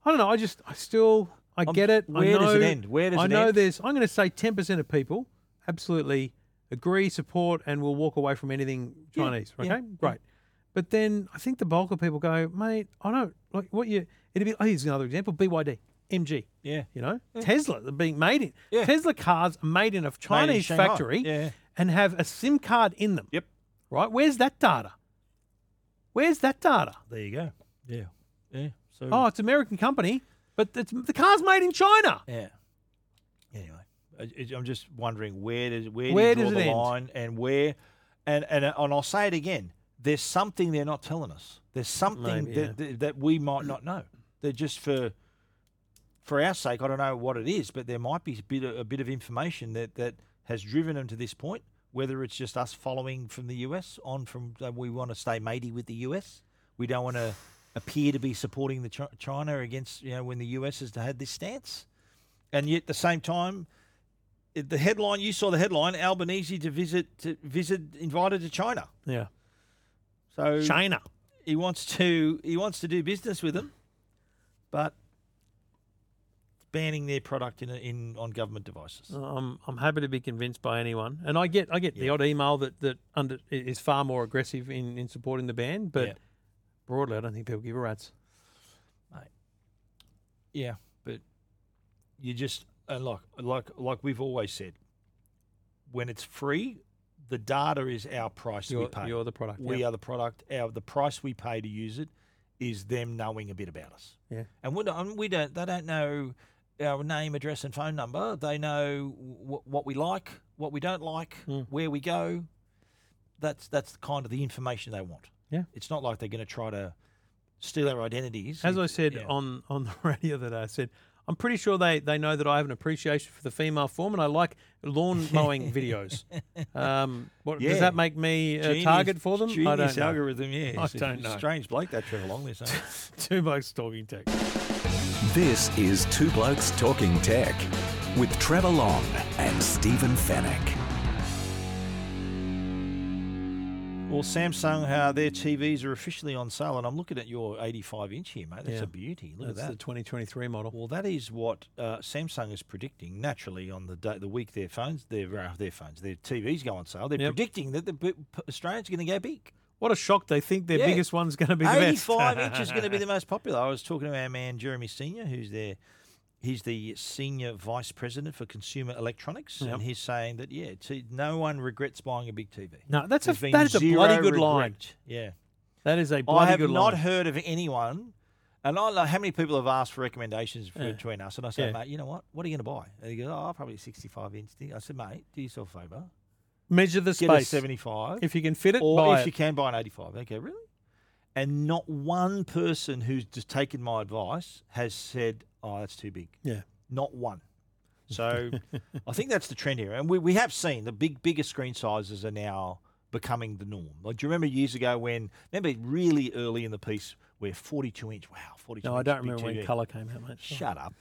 Speaker 1: I don't know. I just I still I
Speaker 2: I'm-
Speaker 1: get it.
Speaker 2: where
Speaker 1: I know,
Speaker 2: does it end? Where does
Speaker 1: I
Speaker 2: it
Speaker 1: know
Speaker 2: end?
Speaker 1: there's. I'm going to say 10% of people absolutely agree, support, and will walk away from anything
Speaker 2: Yeah,
Speaker 1: Chinese.
Speaker 2: yeah,
Speaker 1: Okay, great. But then I think the bulk of people go, mate, I don't like what you. It'd be. Oh, here's another example: BYD, MG.
Speaker 2: Yeah.
Speaker 1: You know, Tesla they're being made in
Speaker 2: Yeah.
Speaker 1: Tesla cars are made in a Chinese
Speaker 2: Shanghai.
Speaker 1: factory
Speaker 2: Yeah.
Speaker 1: and have a SIM card in them.
Speaker 2: Yep.
Speaker 1: Right? Where's that data? Where's that data?
Speaker 2: There you go. Yeah. Yeah. So.
Speaker 1: Oh, it's American company, but it's, the car's made in China.
Speaker 2: Yeah. Anyway, I, I- I'm just wondering where does where,
Speaker 1: Where
Speaker 2: do
Speaker 1: does
Speaker 2: you draw
Speaker 1: it
Speaker 2: the
Speaker 1: end?
Speaker 2: line and where, and and and I'll say it again. There's something they're not telling us. There's something
Speaker 1: Maybe,
Speaker 2: that, that that we might not know. They're just for. For our sake, I don't know what it is, but there might be a bit of, a bit of information that, that has driven them to this point. Whether it's just us following from the US on from uh, we want to stay matey with the US, we don't want to appear to be supporting the Chi- China against you know when the US has had this stance and yet at the same time, it- the headline you saw the headline Albanese to visit to visit invited to China.
Speaker 1: Yeah.
Speaker 2: So
Speaker 1: China.
Speaker 2: he wants to he wants to do business with them, but banning their product in in on government devices.
Speaker 1: I'm I'm happy to be convinced by anyone, and I get I get the odd email that that under i- is far more aggressive in in supporting the ban, but
Speaker 2: Yeah.
Speaker 1: broadly, I don't think people give a rat's.
Speaker 2: Yeah, but you just and like like like we've always said, when it's free, the data is our price we
Speaker 1: You're-
Speaker 2: pay.
Speaker 1: you're the product,
Speaker 2: We
Speaker 1: yeah.
Speaker 2: are the product. Our the price we pay to use it is them knowing a bit about us.
Speaker 1: Yeah.
Speaker 2: And we don't, and we don't they don't know our name, address, and phone number. They know wh- what we like, what we don't like,
Speaker 1: Hmm.
Speaker 2: where we go. That's that's kind of the information they want.
Speaker 1: Yeah.
Speaker 2: It's not like they're going to try to steal our identities.
Speaker 1: As I
Speaker 2: It's-
Speaker 1: said
Speaker 2: yeah.
Speaker 1: on on the radio that I said, I'm pretty sure they they know that I have an appreciation for the female form, and I like lawn mowing videos. Um, what does
Speaker 2: Yeah.
Speaker 1: that make me a
Speaker 2: Genius-
Speaker 1: uh, target for them? I
Speaker 2: genius
Speaker 1: don't know.
Speaker 2: algorithm, yeah. It's a
Speaker 1: don't know.
Speaker 2: Strange Blake that trip along this. eh?
Speaker 1: Two blokes talking tech.
Speaker 3: This is Two Blokes Talking Tech with Trevor Long and Stephen Fennec.
Speaker 2: well, Samsung, uh, their TVs are officially on sale, and I'm looking at your 85 inch here, mate. That's
Speaker 1: Yeah.
Speaker 2: a beauty. Look
Speaker 1: That's the
Speaker 2: at that.
Speaker 1: 2023 model.
Speaker 2: well, that is what uh, Samsung is predicting naturally on the day, the week their phones, their uh, their phones, their TVs go on sale. They're
Speaker 1: Yep.
Speaker 2: predicting that the p- p- Australians are going to go big.
Speaker 1: What a shock! They think their
Speaker 2: Yeah.
Speaker 1: biggest one's going to be the best.
Speaker 2: 85 inch is going to be the most popular. I was talking to our man Jeremy Senior, who's there. He's the senior vice president for consumer electronics,
Speaker 1: Yep.
Speaker 2: and he's saying that yeah, t- no one regrets buying a big TV.
Speaker 1: No, that's
Speaker 2: There's
Speaker 1: a
Speaker 2: been
Speaker 1: that is a
Speaker 2: zero
Speaker 1: bloody good
Speaker 2: regret.
Speaker 1: line.
Speaker 2: Yeah,
Speaker 1: That is a bloody
Speaker 2: I have
Speaker 1: good
Speaker 2: not
Speaker 1: line.
Speaker 2: heard of anyone, and I don't know how many people have asked for recommendations for,
Speaker 1: Yeah.
Speaker 2: between us. And I said,
Speaker 1: Yeah.
Speaker 2: mate, you know what? What are you going to buy? And he goes, oh, probably a 65 inch. thing." I said, mate, do yourself a favour.
Speaker 1: Measure the
Speaker 2: Get a
Speaker 1: space.
Speaker 2: 75
Speaker 1: If you can fit it,
Speaker 2: or
Speaker 1: buy
Speaker 2: if
Speaker 1: it.
Speaker 2: you can buy an 85. Okay, really? And not one person who's just taken my advice has said, oh, that's too big.
Speaker 1: Yeah.
Speaker 2: Not one. So I think that's the trend here. And we, we have seen the big, bigger screen sizes are now becoming the norm. Like, do you remember years ago when, remember really early in the piece where 42 inch, wow, 42
Speaker 1: No, I
Speaker 2: inch
Speaker 1: don't
Speaker 2: big
Speaker 1: remember when
Speaker 2: TV.
Speaker 1: colour came out, mate.
Speaker 2: Shut up.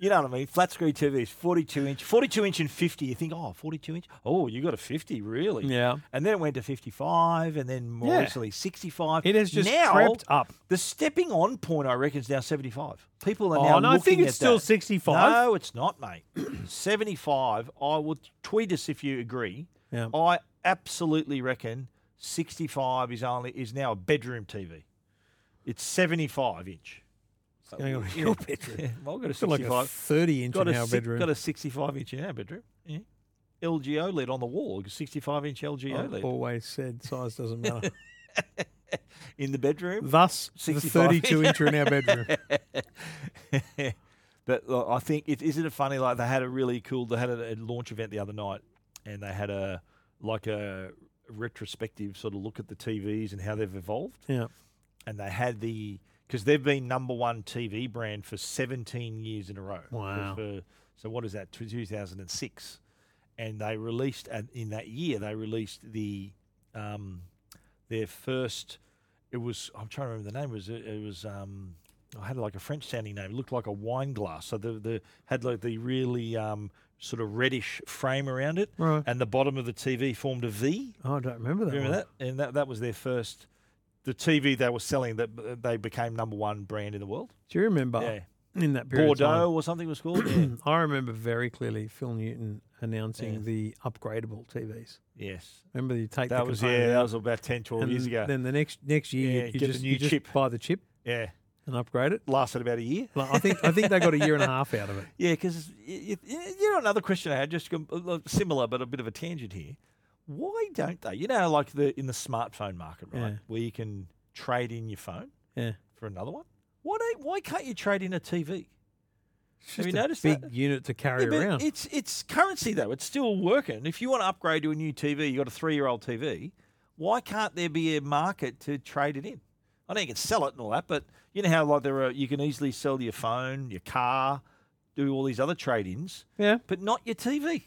Speaker 2: You know what I mean? Flat screen TVs, 42 inch, 42 inch and 50. You think, oh, 42 inch? Oh, you got a 50, really?
Speaker 1: Yeah.
Speaker 2: And then it went to 55 and then more
Speaker 1: Yeah.
Speaker 2: recently 65.
Speaker 1: It has just
Speaker 2: now,
Speaker 1: crept up.
Speaker 2: The stepping on point, I reckon, is now 75. People are
Speaker 1: Oh,
Speaker 2: now
Speaker 1: and I think
Speaker 2: looking
Speaker 1: it's
Speaker 2: at
Speaker 1: still
Speaker 2: that.
Speaker 1: 65.
Speaker 2: No, it's not, mate. 75, I will tweet us if you agree.
Speaker 1: Yeah.
Speaker 2: I absolutely reckon 65 is only is now a bedroom TV. It's 75 inch.
Speaker 1: going on in
Speaker 2: your bedroom. well, I've got a
Speaker 1: Got like
Speaker 2: 65.
Speaker 1: a 30 inch
Speaker 2: got,
Speaker 1: in
Speaker 2: a
Speaker 1: our
Speaker 2: six-
Speaker 1: bedroom.
Speaker 2: got a 65 inch in our bedroom. Yeah. LGO lid E on the wall, 65 inch LGO
Speaker 1: I've
Speaker 2: lid
Speaker 1: always said size doesn't matter.
Speaker 2: in the bedroom.
Speaker 1: Thus, the
Speaker 2: 65.
Speaker 1: 32 incher in our bedroom.
Speaker 2: but look, I think it isn't it funny. Like they had a really cool. They had a, a launch event the other night, and they had a like a retrospective sort of look at the TVs and how they've evolved.
Speaker 1: Yeah.
Speaker 2: And they had the because they've been number one TV brand for 17 years in a row. So
Speaker 1: Wow.
Speaker 2: for- so what is that? 2006, and they released and in that year they released the um, their first. It was I'm trying to remember the name. It was it was um, I had like a French sounding name. It looked like a wine glass. So the the had like the really um, sort of reddish frame around it,
Speaker 1: Right.
Speaker 2: and the bottom of the TV formed a V.
Speaker 1: Oh, I don't remember that.
Speaker 2: Remember
Speaker 1: one.
Speaker 2: that? And that that was their first. The TV they were selling that uh, they became number one brand in the world.
Speaker 1: Do you remember in that period? of
Speaker 2: Bordeaux or something it was called. Yeah.
Speaker 1: time, I remember very clearly Phil Newton announcing the upgradable TVs.
Speaker 2: yes.
Speaker 1: Remember you take the
Speaker 2: That was
Speaker 1: component
Speaker 2: yeah. That
Speaker 1: out
Speaker 2: was about 10, 12
Speaker 1: and
Speaker 2: years ago.
Speaker 1: Then the next next year you-
Speaker 2: Yeah,
Speaker 1: you,
Speaker 2: get the
Speaker 1: just,
Speaker 2: new
Speaker 1: you just
Speaker 2: chip.
Speaker 1: buy the chip
Speaker 2: yeah,
Speaker 1: and upgrade it.
Speaker 2: lasted about a year.
Speaker 1: Like, I think I think they got a year and a half out of it.
Speaker 2: Yeah, because you know another question I had, just com- a lot similar but a bit of a tangent here. Why don't they? You know, like the in the smartphone market, right,
Speaker 1: Yeah.
Speaker 2: where you can trade in your phone
Speaker 1: Yeah.
Speaker 2: for another one. Why don't? Why can't you trade in a TV? Have you
Speaker 1: Just a
Speaker 2: noticed
Speaker 1: big
Speaker 2: that?
Speaker 1: unit to carry
Speaker 2: Yeah, but
Speaker 1: around.
Speaker 2: It's it's currency though. It's still working. If you want to upgrade to a new TV, you got a three year old TV. Why can't there be a market to trade it in? I know you can sell it and all that, but you know how like there are you can easily sell your phone, your car, do all these other trade ins,
Speaker 1: yeah,
Speaker 2: but not your TV.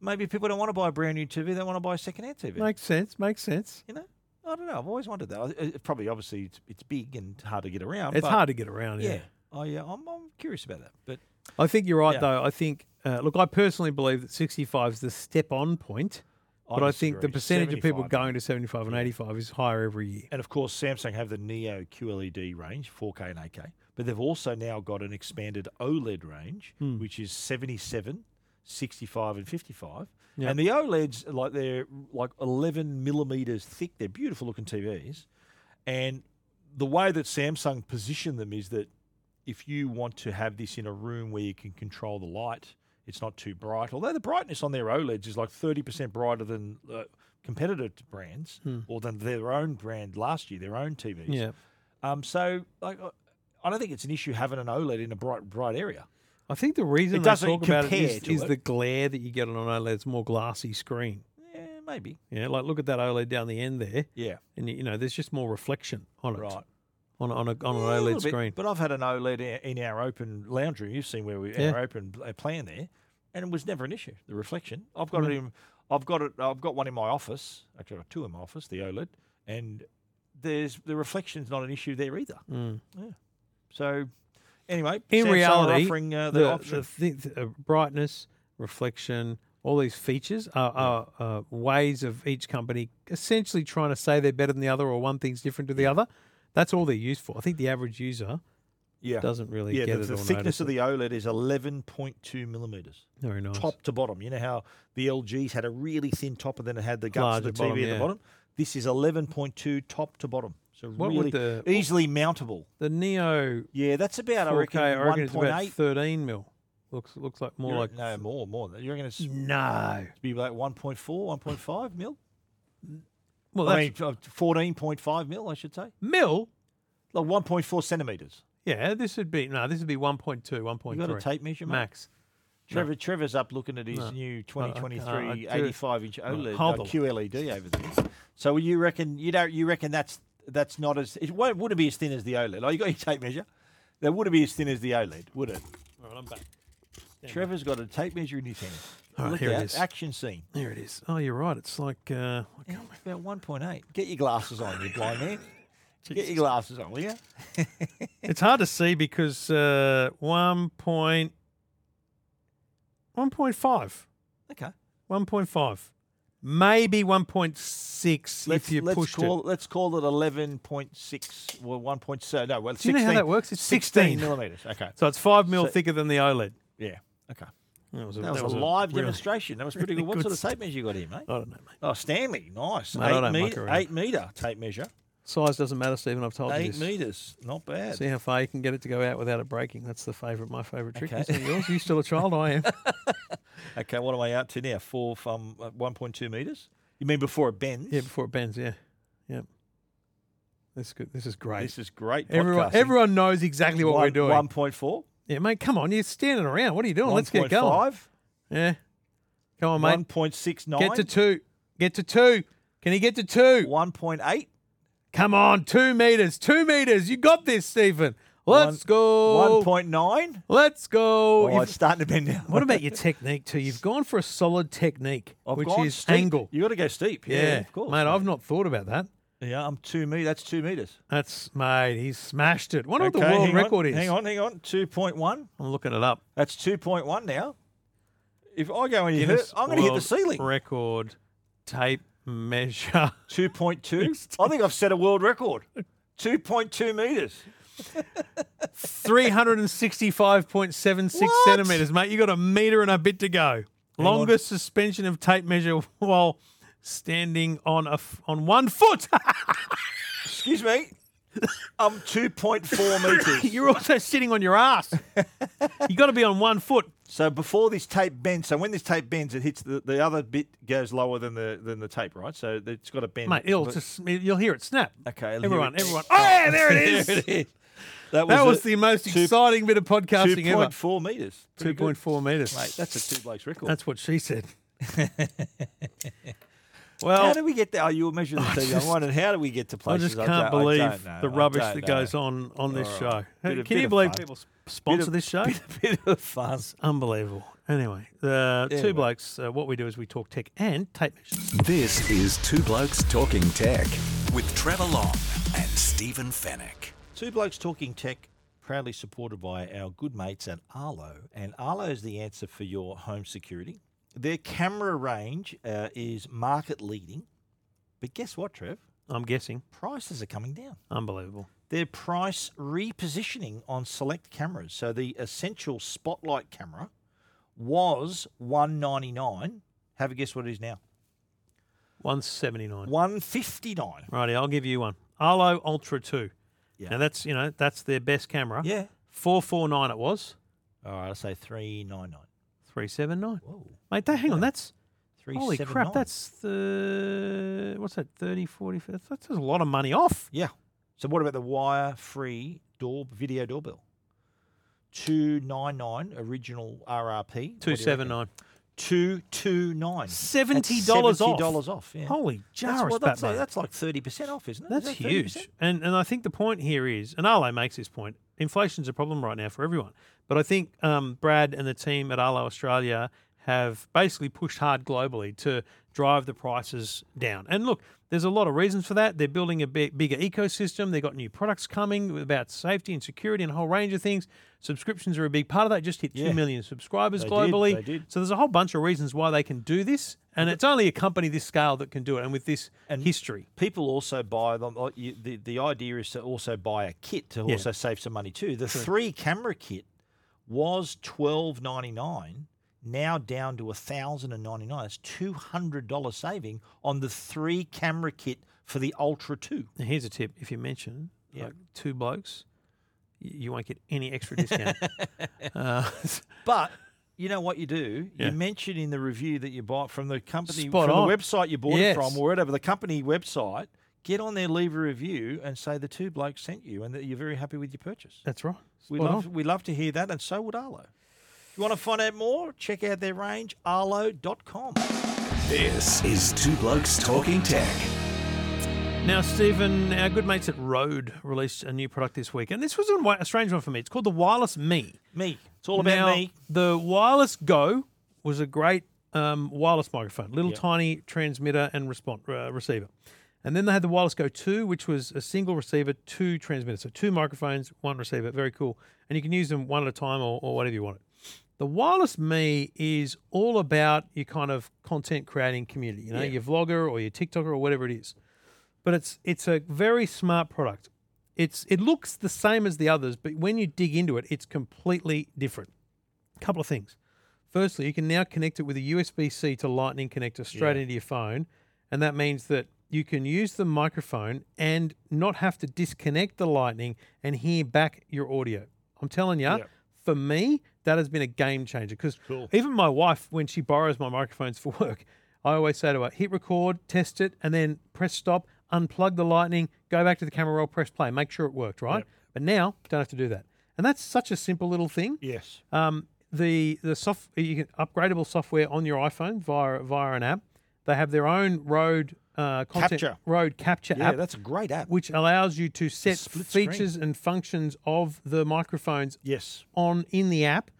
Speaker 2: Maybe people don't want to buy a brand new TV; they want to buy a second hand TV.
Speaker 1: makes sense. Makes sense.
Speaker 2: you know, I don't know. I've always wondered that. I- it- Probably, obviously, it's, it's big and hard to get around.
Speaker 1: It's
Speaker 2: Um, but
Speaker 1: hard to get around. Yeah.
Speaker 2: Yeah. Oh yeah, I'm, I'm curious about that. But
Speaker 1: I think you're right
Speaker 2: Yeah.
Speaker 1: though. I think Uh, look, I personally believe that 65 is the step on point,
Speaker 2: I
Speaker 1: but I think the
Speaker 2: disagree.
Speaker 1: percentage of people
Speaker 2: 75.
Speaker 1: going to 75 and 85 is higher every year.
Speaker 2: And of course, Samsung have the Neo QLED range, 4K and 8K, but they've also now got an expanded OLED range, which is 77, 65, and 55.
Speaker 1: Yeah.
Speaker 2: And the OLEDs, like they're like 11 millimeters thick. They're beautiful looking TVs, and the way that Samsung position them is that if you want to have this in a room where you can control the light, it's not too bright. Although the brightness on their OLEDs is like 30% brighter than uh, competitor t- brands or than their own brand last year, their own TVs.
Speaker 1: Yeah.
Speaker 2: Um, so like, uh, I don't think it's an issue having an OLED in a bright, bright area.
Speaker 1: I think the reason
Speaker 2: It
Speaker 1: they
Speaker 2: doesn't
Speaker 1: talk about it
Speaker 2: compare
Speaker 1: is,
Speaker 2: to
Speaker 1: is
Speaker 2: it.
Speaker 1: the glare that you get on an OLED. It's more glassy screen.
Speaker 2: Yeah, maybe.
Speaker 1: Yeah, like look at that OLED down the end there,
Speaker 2: Yeah,
Speaker 1: and you, you know there's just more reflection on it
Speaker 2: right.
Speaker 1: on a- on a, on
Speaker 2: Yeah, a
Speaker 1: an
Speaker 2: little
Speaker 1: OLED
Speaker 2: bit,
Speaker 1: screen.
Speaker 2: But I've had an OLED i- in our open lounge room. You've seen where we
Speaker 1: Yeah.
Speaker 2: our open pl- uh, plan there, and it was never an issue. The reflection. I've got
Speaker 1: Mm-hmm.
Speaker 2: it in. I've got it. I've got one in my office. Actually, I've got two in my office. The OLED and there's the reflection's not an issue there either.
Speaker 1: Mm.
Speaker 2: Yeah. So anyway,
Speaker 1: In
Speaker 2: Samsung are
Speaker 1: reality,
Speaker 2: offering uh, the,
Speaker 1: the,
Speaker 2: option.
Speaker 1: the thi- th- uh, brightness, reflection, all these features are, are uh, ways of each company essentially trying to say they're better than the other or one thing's different to the other. That's all they're used for. I think the average user
Speaker 2: yeah.
Speaker 1: doesn't really
Speaker 2: yeah,
Speaker 1: get
Speaker 2: the,
Speaker 1: it
Speaker 2: the
Speaker 1: or notice
Speaker 2: thickness of
Speaker 1: it.
Speaker 2: the OLED is 11.2 millimeters.
Speaker 1: Very nice.
Speaker 2: top to bottom. You know how the LGs had a really thin top and then it had the guts
Speaker 1: Larger
Speaker 2: of the TV
Speaker 1: bottom,
Speaker 2: at
Speaker 1: yeah.
Speaker 2: the bottom? This is 11.2 top to bottom. So
Speaker 1: What
Speaker 2: really
Speaker 1: would the-
Speaker 2: easily mountable.
Speaker 1: The Neo
Speaker 2: Yeah, that's about, I
Speaker 1: 4K,
Speaker 2: reckon,
Speaker 1: I reckon it's about
Speaker 2: 1.8.
Speaker 1: 13 mil. Looks looks like more
Speaker 2: You
Speaker 1: like
Speaker 2: reckon- no, more, more. You're going to
Speaker 1: no.
Speaker 2: be like 1.4, 1.5 mil?
Speaker 1: Well,
Speaker 2: I
Speaker 1: that's
Speaker 2: mean, uh, 14.5 mil, I should say.
Speaker 1: mil.
Speaker 2: Like 1.4 centimetres.
Speaker 1: Yeah, this would be no. This would be 1.2, 1.3.
Speaker 2: you got a tape measure, mate?
Speaker 1: max.
Speaker 2: Trevor, Trevor's up looking at his
Speaker 1: No.
Speaker 2: new
Speaker 1: I can't.
Speaker 2: 2023
Speaker 1: I do-
Speaker 2: 85 inch OLED
Speaker 1: Hold
Speaker 2: uh,
Speaker 1: on.
Speaker 2: QLED over there. So you reckon you don't you reckon that's that's not as it won't, wouldn't be as thin as the OLED. Oh, you got your tape measure. That wouldn't be as thin as the OLED, would it?
Speaker 1: All right, I'm back.
Speaker 2: Trevor's got a tape measure in his hand.
Speaker 1: All right,
Speaker 2: Look
Speaker 1: here it
Speaker 2: out,
Speaker 1: is.
Speaker 2: Action scene.
Speaker 1: There it is. Oh, you're right. It's like uh, I
Speaker 2: Yeah,
Speaker 1: can't-
Speaker 2: it's about 1.8. Get your glasses on, you blind man. Get your glasses on, will you?
Speaker 1: it's hard to see because uh, one point one point five.
Speaker 2: Okay.
Speaker 1: 1.5. Maybe 1.6
Speaker 2: Let's,
Speaker 1: if you
Speaker 2: let's
Speaker 1: pushed
Speaker 2: call
Speaker 1: it.
Speaker 2: let's call it 11.6 well 1.7 no well
Speaker 1: Do you know how that works? It's 16.
Speaker 2: millimeters. Okay.
Speaker 1: So it's 5 mil
Speaker 2: So-
Speaker 1: thicker than the OLED.
Speaker 2: Yeah. Okay.
Speaker 1: That was a,
Speaker 2: That was, a live
Speaker 1: really-
Speaker 2: demonstration. That was pretty good. What
Speaker 1: good
Speaker 2: sort of tape measure you got here, mate?
Speaker 1: I don't know, mate.
Speaker 2: Oh, Stanley, nice.
Speaker 1: Mate, I
Speaker 2: eight,
Speaker 1: don't muck
Speaker 2: meter,
Speaker 1: around.
Speaker 2: eight meter tape measure.
Speaker 1: Size doesn't matter, Stephen. I've told you
Speaker 2: Eight
Speaker 1: this.
Speaker 2: meters, not bad.
Speaker 1: See how far you can get it to go out without it breaking. That's the favourite, my favourite trick.
Speaker 2: Okay.
Speaker 1: Isn't it yours? Are you still a child? I am.
Speaker 2: Okay, what am I out to now? Four from uh, one point two meters. You mean before it bends?
Speaker 1: Yeah, before it bends. Yeah, yeah. This is good. This is great.
Speaker 2: This is great.
Speaker 1: everyone,
Speaker 2: podcasting.
Speaker 1: everyone knows exactly what
Speaker 2: one,
Speaker 1: we're doing.
Speaker 2: One point four.
Speaker 1: yeah, mate. Come on, you're standing around. What are you doing?
Speaker 2: One
Speaker 1: Let's get
Speaker 2: point
Speaker 1: going.
Speaker 2: five.
Speaker 1: Yeah. Come on, mate.
Speaker 2: One point six nine.
Speaker 1: Get to two. Get to two. Can he get to two?
Speaker 2: One point eight.
Speaker 1: Come on, two meters. Two meters. You got this, Stephen. Let's go.
Speaker 2: One point nine.
Speaker 1: Let's go.
Speaker 2: Oh,
Speaker 1: Oh. You've-
Speaker 2: it's starting to bend now.
Speaker 1: What about your technique too? You've gone for a solid technique,
Speaker 2: I've
Speaker 1: which
Speaker 2: gone
Speaker 1: is
Speaker 2: steep.
Speaker 1: angle.
Speaker 2: You got to go steep. Yeah, of course,
Speaker 1: mate, I've not thought about that.
Speaker 2: Yeah, I'm two meters. That's two meters.
Speaker 1: That's mate, he's smashed it. Wonder what
Speaker 2: Okay,
Speaker 1: the world
Speaker 2: hang on,
Speaker 1: record is.
Speaker 2: Hang on, hang on. Two point one.
Speaker 1: I'm looking it up.
Speaker 2: That's two point one now. If I go any hurt,
Speaker 1: Guinness
Speaker 2: I'm going to hit the
Speaker 1: World
Speaker 2: ceiling.
Speaker 1: Record tape measure.
Speaker 2: Two point two. I think I've set a world record. Two point two meters.
Speaker 1: 365.76
Speaker 2: What?
Speaker 1: centimeters, mate. You got a meter and a bit to go. Longest suspension of tape measure while standing on a f- on one foot.
Speaker 2: Excuse me. I'm two point four meters.
Speaker 1: You're also sitting on your ass. you got to be on one foot.
Speaker 2: So before this tape bends, so when this tape bends, it hits the, the other bit goes lower than the than the tape, right? So it's got to bend.
Speaker 1: Mate, it'll
Speaker 2: But-
Speaker 1: just you'll hear it snap.
Speaker 2: okay. here
Speaker 1: Everyone,
Speaker 2: it-
Speaker 1: everyone. Oh yeah, there it is.
Speaker 2: There it is. That was,
Speaker 1: That was
Speaker 2: a
Speaker 1: the most
Speaker 2: two-
Speaker 1: exciting bit of podcasting
Speaker 2: two
Speaker 1: ever.
Speaker 2: point four meters. Pretty
Speaker 1: Two
Speaker 2: good.
Speaker 1: point four meters.
Speaker 2: Mate, that's a two blokes record.
Speaker 1: That's what she said.
Speaker 2: How
Speaker 1: well,
Speaker 2: do we get there? Oh, you were measuring the TV
Speaker 1: just-
Speaker 2: online, and how do we get
Speaker 1: I
Speaker 2: to places?
Speaker 1: just
Speaker 2: don't-
Speaker 1: can't
Speaker 2: don't
Speaker 1: believe
Speaker 2: know.
Speaker 1: the
Speaker 2: I
Speaker 1: rubbish
Speaker 2: don't
Speaker 1: that
Speaker 2: know.
Speaker 1: goes on on this
Speaker 2: All
Speaker 1: show.
Speaker 2: right. Bit of-
Speaker 1: Can
Speaker 2: bit
Speaker 1: you
Speaker 2: of
Speaker 1: believe
Speaker 2: fun.
Speaker 1: people s- sponsor
Speaker 2: of-
Speaker 1: this show?
Speaker 2: Bit of fun.
Speaker 1: Unbelievable. Anyway, the
Speaker 2: Anyway.
Speaker 1: two blokes. Uh, what we do is we talk tech and tape measures.
Speaker 3: This is Two Blokes Talking Tech with Trevor Long and Stephen Fennec.
Speaker 2: Two blokes talking tech proudly supported by our good mates at Arlo. And Arlo is the answer for your home security. Their camera range uh, is market leading. But guess what, Trev?
Speaker 1: I'm guessing.
Speaker 2: Prices are coming down.
Speaker 1: Unbelievable.
Speaker 2: Their price repositioning on select cameras. So the essential spotlight camera was 199. Have a guess what it is now?
Speaker 1: 179.
Speaker 2: 159.
Speaker 1: Righty, I'll give you one. Arlo Ultra 2.
Speaker 2: Yeah.
Speaker 1: Now that's, you know, that's their best camera.
Speaker 2: Yeah.
Speaker 1: 449 it was.
Speaker 2: All right, I'll say 399.
Speaker 1: 379.
Speaker 2: Whoa.
Speaker 1: Mate, that, hang on, that's holy
Speaker 2: 379.
Speaker 1: crap, that's the what's that 30 40 50? That's a lot of money off.
Speaker 2: Yeah. So what about the wire-free door video doorbell? Two nine nine original RRP.
Speaker 1: 279.
Speaker 2: Two two nine.
Speaker 1: $70 off.
Speaker 2: dollars off. Yeah.
Speaker 1: Holy
Speaker 2: that's,
Speaker 1: jarus,
Speaker 2: well, that's,
Speaker 1: Batman.
Speaker 2: that's like thirty percent off, isn't it?
Speaker 1: That's
Speaker 2: Is that 30%?
Speaker 1: huge. And and I think the point here is, and Arlo makes this point, inflation's a problem right now for everyone. But I think um, Brad and the team at Arlo Australia have basically pushed hard globally to drive the prices down. And look, there's a lot of reasons for that. They're building a big, bigger ecosystem. They've got new products coming about safety and security and a whole range of things. Subscriptions are a big part of that. Just hit
Speaker 2: Yeah.
Speaker 1: 2 million subscribers
Speaker 2: They did,
Speaker 1: globally.
Speaker 2: they did.
Speaker 1: So there's a whole bunch of reasons why they can do this. And it's only a company this scale that can do it and with this
Speaker 2: And-
Speaker 1: history.
Speaker 2: People also buy them. like, you- The, the idea is to also buy a kit to
Speaker 1: Yeah.
Speaker 2: also save some money too. The three camera kit was twelve ninety nine, now down to thousand and ninety nine. It's two hundred dollar saving on the three camera kit for the Ultra Two.
Speaker 1: Now, here's a tip: if you mention
Speaker 2: Yeah.
Speaker 1: like two blokes, y- you won't get any extra discount. uh,
Speaker 2: But you know what you do?
Speaker 1: Yeah.
Speaker 2: You mentioned in the review that you bought from the company
Speaker 1: Spot
Speaker 2: from
Speaker 1: on.
Speaker 2: the website you bought
Speaker 1: Yes.
Speaker 2: it from or whatever the company website. Get on there, leave a review, and say the two blokes sent you, and that you're very happy with your purchase.
Speaker 1: that's right.
Speaker 2: We
Speaker 1: Spot
Speaker 2: love
Speaker 1: on.
Speaker 2: we love to hear that, and so would Arlo. If you want to find out more, check out their range, arlo.com.
Speaker 3: This is Two Blokes Talking Tech.
Speaker 1: Now, Stephen, our good mates at Rode released a new product this week, and this was a, wi- a strange one for me. It's called the Wireless Me.
Speaker 2: Me. It's all about
Speaker 1: Now,
Speaker 2: me.
Speaker 1: The Wireless Go was a great um, wireless microphone, little tiny transmitter and respond, uh, receiver. And then they had the Wireless Go 2, which was a single receiver, two transmitters. So two microphones, one receiver. Very cool. And you can use them one at a time or, or whatever you want. The Wireless Me is all about your kind of content creating community, you know, your vlogger or your TikToker or whatever it is. But it's it's a very smart product. It's it looks the same as the others, but when you dig into it, it's completely different couple of things. Firstly, you can now connect it with a USB C to Lightning connector straight into your phone. And that means that you can use the microphone and not have to disconnect the Lightning and hear back your audio. I'm telling you, for me, that has been a game changer because even my wife, when she borrows my microphones for work, I always say to her, hit record, test it, and then press stop, unplug the Lightning, go back to the camera roll, press play, make sure it worked, right? But now, don't have to do that. And that's such a simple little thing.
Speaker 2: Yes.
Speaker 1: Um, the the soft you can upgradable software on your iPhone via via an app. They have their own road uh, content,
Speaker 2: Capture.
Speaker 1: road capture
Speaker 2: Yeah,
Speaker 1: app,
Speaker 2: that's a great app.
Speaker 1: which allows you to set
Speaker 2: split
Speaker 1: features and functions of the microphones
Speaker 2: Yes.
Speaker 1: on in the app,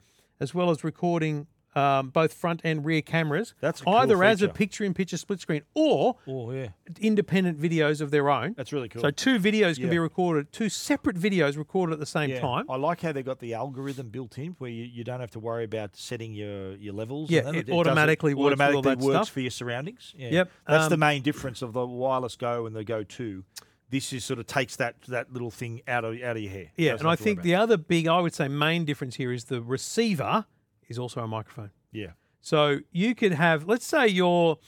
Speaker 1: as well as recording um, both front and rear cameras.
Speaker 2: That's a cool
Speaker 1: either as a
Speaker 2: feature.
Speaker 1: picture-in-picture split screen or
Speaker 2: Oh yeah.
Speaker 1: independent videos of their own.
Speaker 2: That's really cool.
Speaker 1: So two videos can
Speaker 2: Yeah.
Speaker 1: be recorded, two separate videos recorded at the same
Speaker 2: Yeah.
Speaker 1: time.
Speaker 2: I like how they got the algorithm built in where you, you don't have to worry about setting your, your levels.
Speaker 1: Yeah,
Speaker 2: and that.
Speaker 1: it
Speaker 2: does
Speaker 1: automatically works with all
Speaker 2: automatically
Speaker 1: that
Speaker 2: works
Speaker 1: stuff.
Speaker 2: for your surroundings. Yeah.
Speaker 1: Yep,
Speaker 2: That's the
Speaker 1: um,
Speaker 2: main difference of the wireless go and the go two. This is sort of takes that that little thing out of out of your hair.
Speaker 1: Yeah,
Speaker 2: Doesn't
Speaker 1: and I
Speaker 2: have to worry
Speaker 1: think
Speaker 2: about
Speaker 1: the other big, I would say, main difference here is the receiver is also a microphone.
Speaker 2: it. yeah.
Speaker 1: So you could have, let's say you're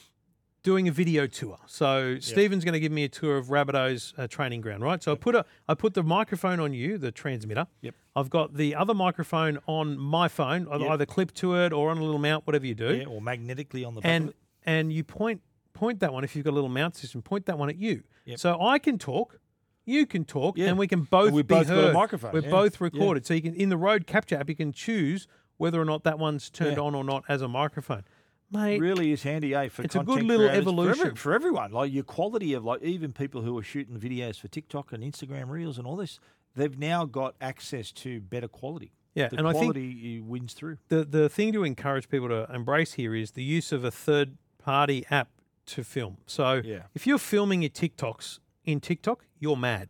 Speaker 1: doing a video tour. So Stephen's going to give me a tour of Rabbitoh's uh, training ground, right? So I put a, I put the microphone on you, the transmitter.
Speaker 2: Yep.
Speaker 1: I've got the other microphone on my phone, I've
Speaker 2: Yep.
Speaker 1: either clipped to it or on a little mount, whatever you do
Speaker 2: Yeah, or magnetically on the back of
Speaker 1: and
Speaker 2: it.
Speaker 1: and you point point that one if you've got a little mount system point that one at you
Speaker 2: Yep.
Speaker 1: so i can talk you can talk
Speaker 2: Yeah.
Speaker 1: and we can both
Speaker 2: we've
Speaker 1: be
Speaker 2: both got a
Speaker 1: heard.
Speaker 2: microphone,
Speaker 1: we're
Speaker 2: yeah.
Speaker 1: both
Speaker 2: Yeah.
Speaker 1: recorded so you can in the road capture app you can choose whether or not that one's turned
Speaker 2: Yeah.
Speaker 1: on or not as a microphone mate
Speaker 2: really is handy, eh? For
Speaker 1: It's a good
Speaker 2: content
Speaker 1: little
Speaker 2: creators, for every-
Speaker 1: evolution.
Speaker 2: for everyone. Like your quality of like even people who are shooting videos for TikTok and Instagram Reels and all this, they've now got access to better quality.
Speaker 1: Yeah,
Speaker 2: the
Speaker 1: and I think-
Speaker 2: quality eh, wins through.
Speaker 1: the the thing to encourage people to embrace here is the use of a third party app to film so
Speaker 2: Yeah.
Speaker 1: if you're filming your tiktoks in tiktok you're mad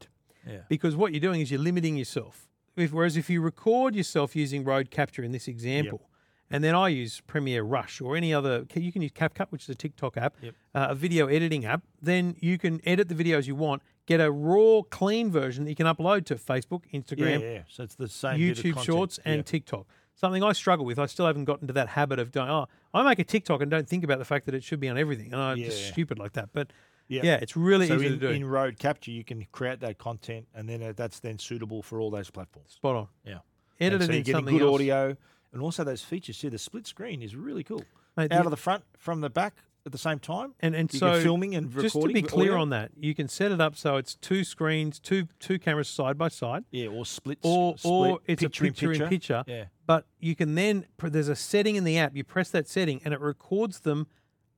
Speaker 2: Yeah.
Speaker 1: because what you're doing is you're limiting yourself if, whereas if you record yourself using Road Capture in this example, and then I use Premiere Rush or any other, you can use CapCut, which is a TikTok app, uh, a video editing app, then you can edit the videos you want, get a raw, clean version that you can upload to Facebook, Instagram,
Speaker 2: yeah. So it's the same bit of
Speaker 1: YouTube
Speaker 2: content.
Speaker 1: Shorts and TikTok. Something I struggle with. I still haven't gotten to that habit of doing. Oh, I make a TikTok and don't think about the fact that it should be on everything, and I'm just
Speaker 2: Yeah.
Speaker 1: stupid like that. But
Speaker 2: Yeah.
Speaker 1: yeah, it's really
Speaker 2: so
Speaker 1: easy
Speaker 2: in,
Speaker 1: to do.
Speaker 2: in road capture, you can create that content, and then uh, that's then suitable for all those platforms.
Speaker 1: Spot on.
Speaker 2: Yeah,
Speaker 1: Edit
Speaker 2: and
Speaker 1: it
Speaker 2: so
Speaker 1: in
Speaker 2: you're getting
Speaker 1: something
Speaker 2: good
Speaker 1: else.
Speaker 2: audio, and also those features too. The split screen is really cool.
Speaker 1: Mate,
Speaker 2: Out
Speaker 1: the-
Speaker 2: of the front, from the back, at the same time,
Speaker 1: And and
Speaker 2: you
Speaker 1: so
Speaker 2: can filming and recording.
Speaker 1: just to be clear
Speaker 2: audio.
Speaker 1: on that, you can set it up so it's two screens, two two cameras side by side,
Speaker 2: yeah, or split, s-
Speaker 1: or
Speaker 2: split
Speaker 1: or it's
Speaker 2: picture
Speaker 1: a picture
Speaker 2: in picture. Yeah.
Speaker 1: Yeah. But you can then pr- there's a setting in the app. You press that setting and it records them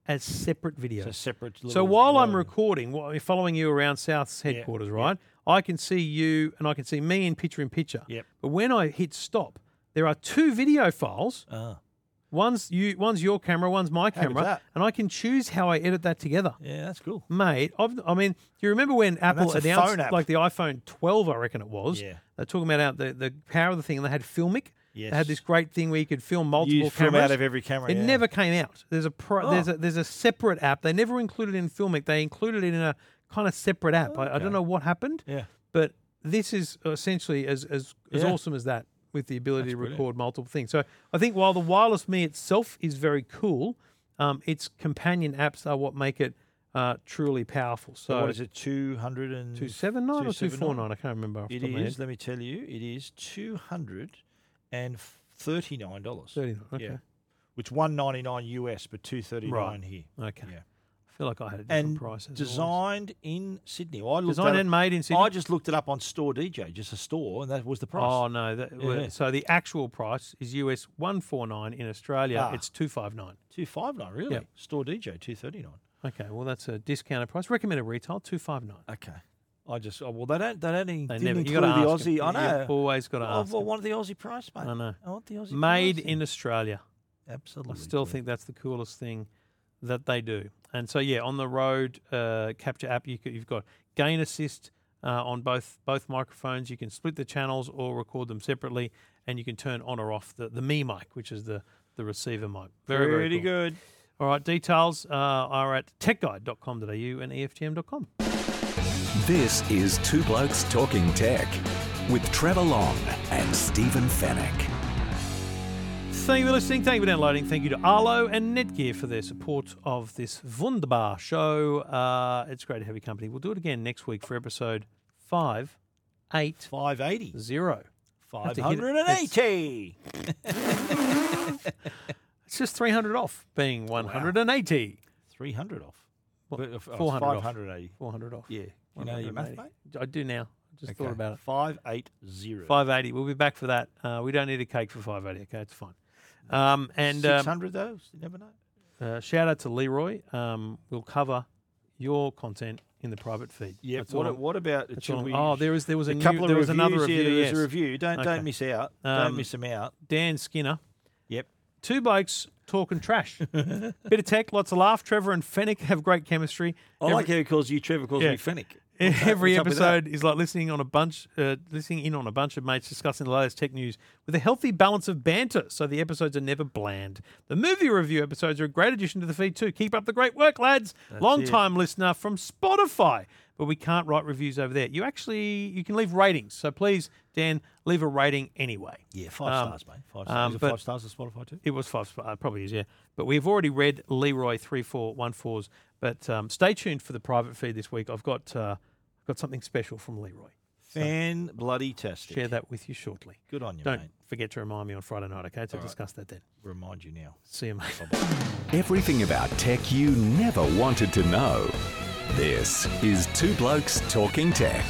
Speaker 1: as separate videos.
Speaker 2: So separate.
Speaker 1: So
Speaker 2: little-
Speaker 1: while I'm
Speaker 2: little-
Speaker 1: recording, wh- I'm following you around South's headquarters, right? I can see you and I can see me in picture in picture.
Speaker 2: Yep.
Speaker 1: But when I hit stop, there are two video files.
Speaker 2: Ah.
Speaker 1: One's you, one's your camera, one's my
Speaker 2: good's
Speaker 1: camera,
Speaker 2: that?
Speaker 1: and I can choose how I edit that together.
Speaker 2: yeah, that's cool.
Speaker 1: Mate, I've, I mean, do you remember when Apple
Speaker 2: that's a
Speaker 1: announced
Speaker 2: phone app.
Speaker 1: like the iPhone 12? I reckon it was.
Speaker 2: Yeah.
Speaker 1: They're talking about out the, the power of the thing, and they had Filmic. They had
Speaker 2: Yes.
Speaker 1: this great thing where you could film multiple
Speaker 2: You film
Speaker 1: cameras
Speaker 2: out of every camera.
Speaker 1: it
Speaker 2: yeah.
Speaker 1: never came out. There's a pro, there's
Speaker 2: Oh.
Speaker 1: a there's a separate app. They never included it in Filmic. They included it in a kind of separate app. I, I don't know what happened.
Speaker 2: Yeah.
Speaker 1: But this is essentially as as, as
Speaker 2: Yeah.
Speaker 1: awesome as that with the ability to
Speaker 2: brilliant.
Speaker 1: record multiple things. So I think while the wireless me itself is very cool, um, its companion apps are what make it uh, truly powerful. So,
Speaker 2: So what is it? Two hundred and
Speaker 1: Two seven nine or two
Speaker 2: 279?
Speaker 1: four nine? I can't remember. Off the
Speaker 2: It
Speaker 1: top of my head.
Speaker 2: is. Let me tell you, it is two hundred and thirty-nine dollars.
Speaker 1: 39, Okay.
Speaker 2: Yeah, which one ninety-nine US, but two thirty-nine
Speaker 1: Right.
Speaker 2: here.
Speaker 1: Okay.
Speaker 2: Yeah.
Speaker 1: I feel like I had a different
Speaker 2: And
Speaker 1: price. as always.
Speaker 2: designed in Sydney. I looked
Speaker 1: Designed
Speaker 2: at it-
Speaker 1: and made in Sydney?
Speaker 2: I just looked it up on Store DJ, just a store, and that was the price.
Speaker 1: Oh no! That, well,
Speaker 2: Yeah.
Speaker 1: So the actual price is US one four nine in Australia.
Speaker 2: Ah.
Speaker 1: It's two five nine.
Speaker 2: Two five nine, really?
Speaker 1: Yep.
Speaker 2: Store DJ, two thirty-nine.
Speaker 1: Okay, well that's a discounted price. Recommended retail two five nine.
Speaker 2: Okay. I just oh, well they don't they don't in-
Speaker 1: They
Speaker 2: didn't
Speaker 1: never. You
Speaker 2: include
Speaker 1: got to
Speaker 2: the
Speaker 1: ask. 'em.
Speaker 2: Aussie. I
Speaker 1: You've
Speaker 2: know.
Speaker 1: always got to
Speaker 2: I
Speaker 1: ask.
Speaker 2: I
Speaker 1: 'em.
Speaker 2: want the Aussie price, mate.
Speaker 1: I know.
Speaker 2: I want the Aussie
Speaker 1: Made
Speaker 2: price.
Speaker 1: in Australia. I
Speaker 2: Absolutely.
Speaker 1: still
Speaker 2: please.
Speaker 1: think that's the coolest thing that they do. And so yeah, on the road uh, capture app, you c you've got gain assist uh, on both both microphones. You can split the channels or record them separately, and you can turn on or off the the me mic, which is the the receiver mic. Very very
Speaker 2: pretty
Speaker 1: cool.
Speaker 2: good.
Speaker 1: All right, details uh, are at techguide.com.au and E EFTM.com.
Speaker 3: This is Two Blokes Talking Tech with Trevor Long and Stephen Fennec.
Speaker 1: Thank you for listening. Thank you for downloading. Thank you to Arlo and Netgear for their support of this Wunderbar show. Uh, it's great to have your company. We'll do it again next week for episode 580.
Speaker 2: Five eighty. Five
Speaker 1: to hit it.
Speaker 2: hundred and eighty.
Speaker 1: It's just 300 off being 180.
Speaker 2: Three hundred off.
Speaker 1: Well,
Speaker 2: Oh, But if- oh, it's
Speaker 1: 400 off.
Speaker 2: 580.
Speaker 1: 400 off.
Speaker 2: Yeah. You know your math,
Speaker 1: 180.
Speaker 2: mate?
Speaker 1: I do now. I just thought about it.
Speaker 2: Five eight zero.
Speaker 1: 580. We'll be back for that. Uh, we don't need a cake for 580. Okay, it's fine. Um, and
Speaker 2: six
Speaker 1: um,
Speaker 2: hundred though. You never know.
Speaker 1: Uh, shout out to Leroy. Um, we'll cover your content in the private feed.
Speaker 2: Yeah.
Speaker 1: That's
Speaker 2: What,
Speaker 1: all
Speaker 2: a-
Speaker 1: I'm-
Speaker 2: what about?
Speaker 1: that's
Speaker 2: should
Speaker 1: all I'm-
Speaker 2: we-
Speaker 1: oh, there was there was a,
Speaker 2: a
Speaker 1: new-
Speaker 2: couple of
Speaker 1: there was
Speaker 2: reviews.
Speaker 1: another review.
Speaker 2: yeah, there
Speaker 1: yes.
Speaker 2: was a review. Don't
Speaker 1: Okay.
Speaker 2: don't miss out.
Speaker 1: Um,
Speaker 2: don't miss them out.
Speaker 1: Dan Skinner.
Speaker 2: Yep.
Speaker 1: Two blokes talking trash. Bit of tech, lots of laugh. Trevor and Fennec have great chemistry.
Speaker 2: I
Speaker 1: Every-
Speaker 2: like how he calls you Trevor. Calls
Speaker 1: Yeah.
Speaker 2: me Fennec.
Speaker 1: Every
Speaker 2: what's up with that?
Speaker 1: episode is like listening on a bunch, uh, listening in on a bunch of mates discussing the latest tech news with a healthy balance of banter, so the episodes are never bland. The movie review episodes are a great addition to the feed too. Keep up the great work, lads! Long time listener from Spotify, but we can't write reviews over there. You actually you can leave ratings, so please, Dan, leave a rating anyway.
Speaker 2: Yeah, five
Speaker 1: Um,
Speaker 2: stars, mate. Five
Speaker 1: um,
Speaker 2: stars. Is it
Speaker 1: but-
Speaker 2: five stars on Spotify too.
Speaker 1: It was five, sp- uh, probably is, yeah. But we've already read Leroy 3414s. But um, stay tuned for the private feed this week. I've got, uh, got something special from Leroy.
Speaker 2: Fan bloody testing.
Speaker 1: Share that with you shortly.
Speaker 2: Good on you,
Speaker 1: Don't
Speaker 2: mate.
Speaker 1: forget to remind me on Friday night, okay, to discuss that then.
Speaker 2: Remind you now.
Speaker 1: See you, mate.
Speaker 3: Everything about tech you never wanted to know. This is Two Blokes Talking Tech.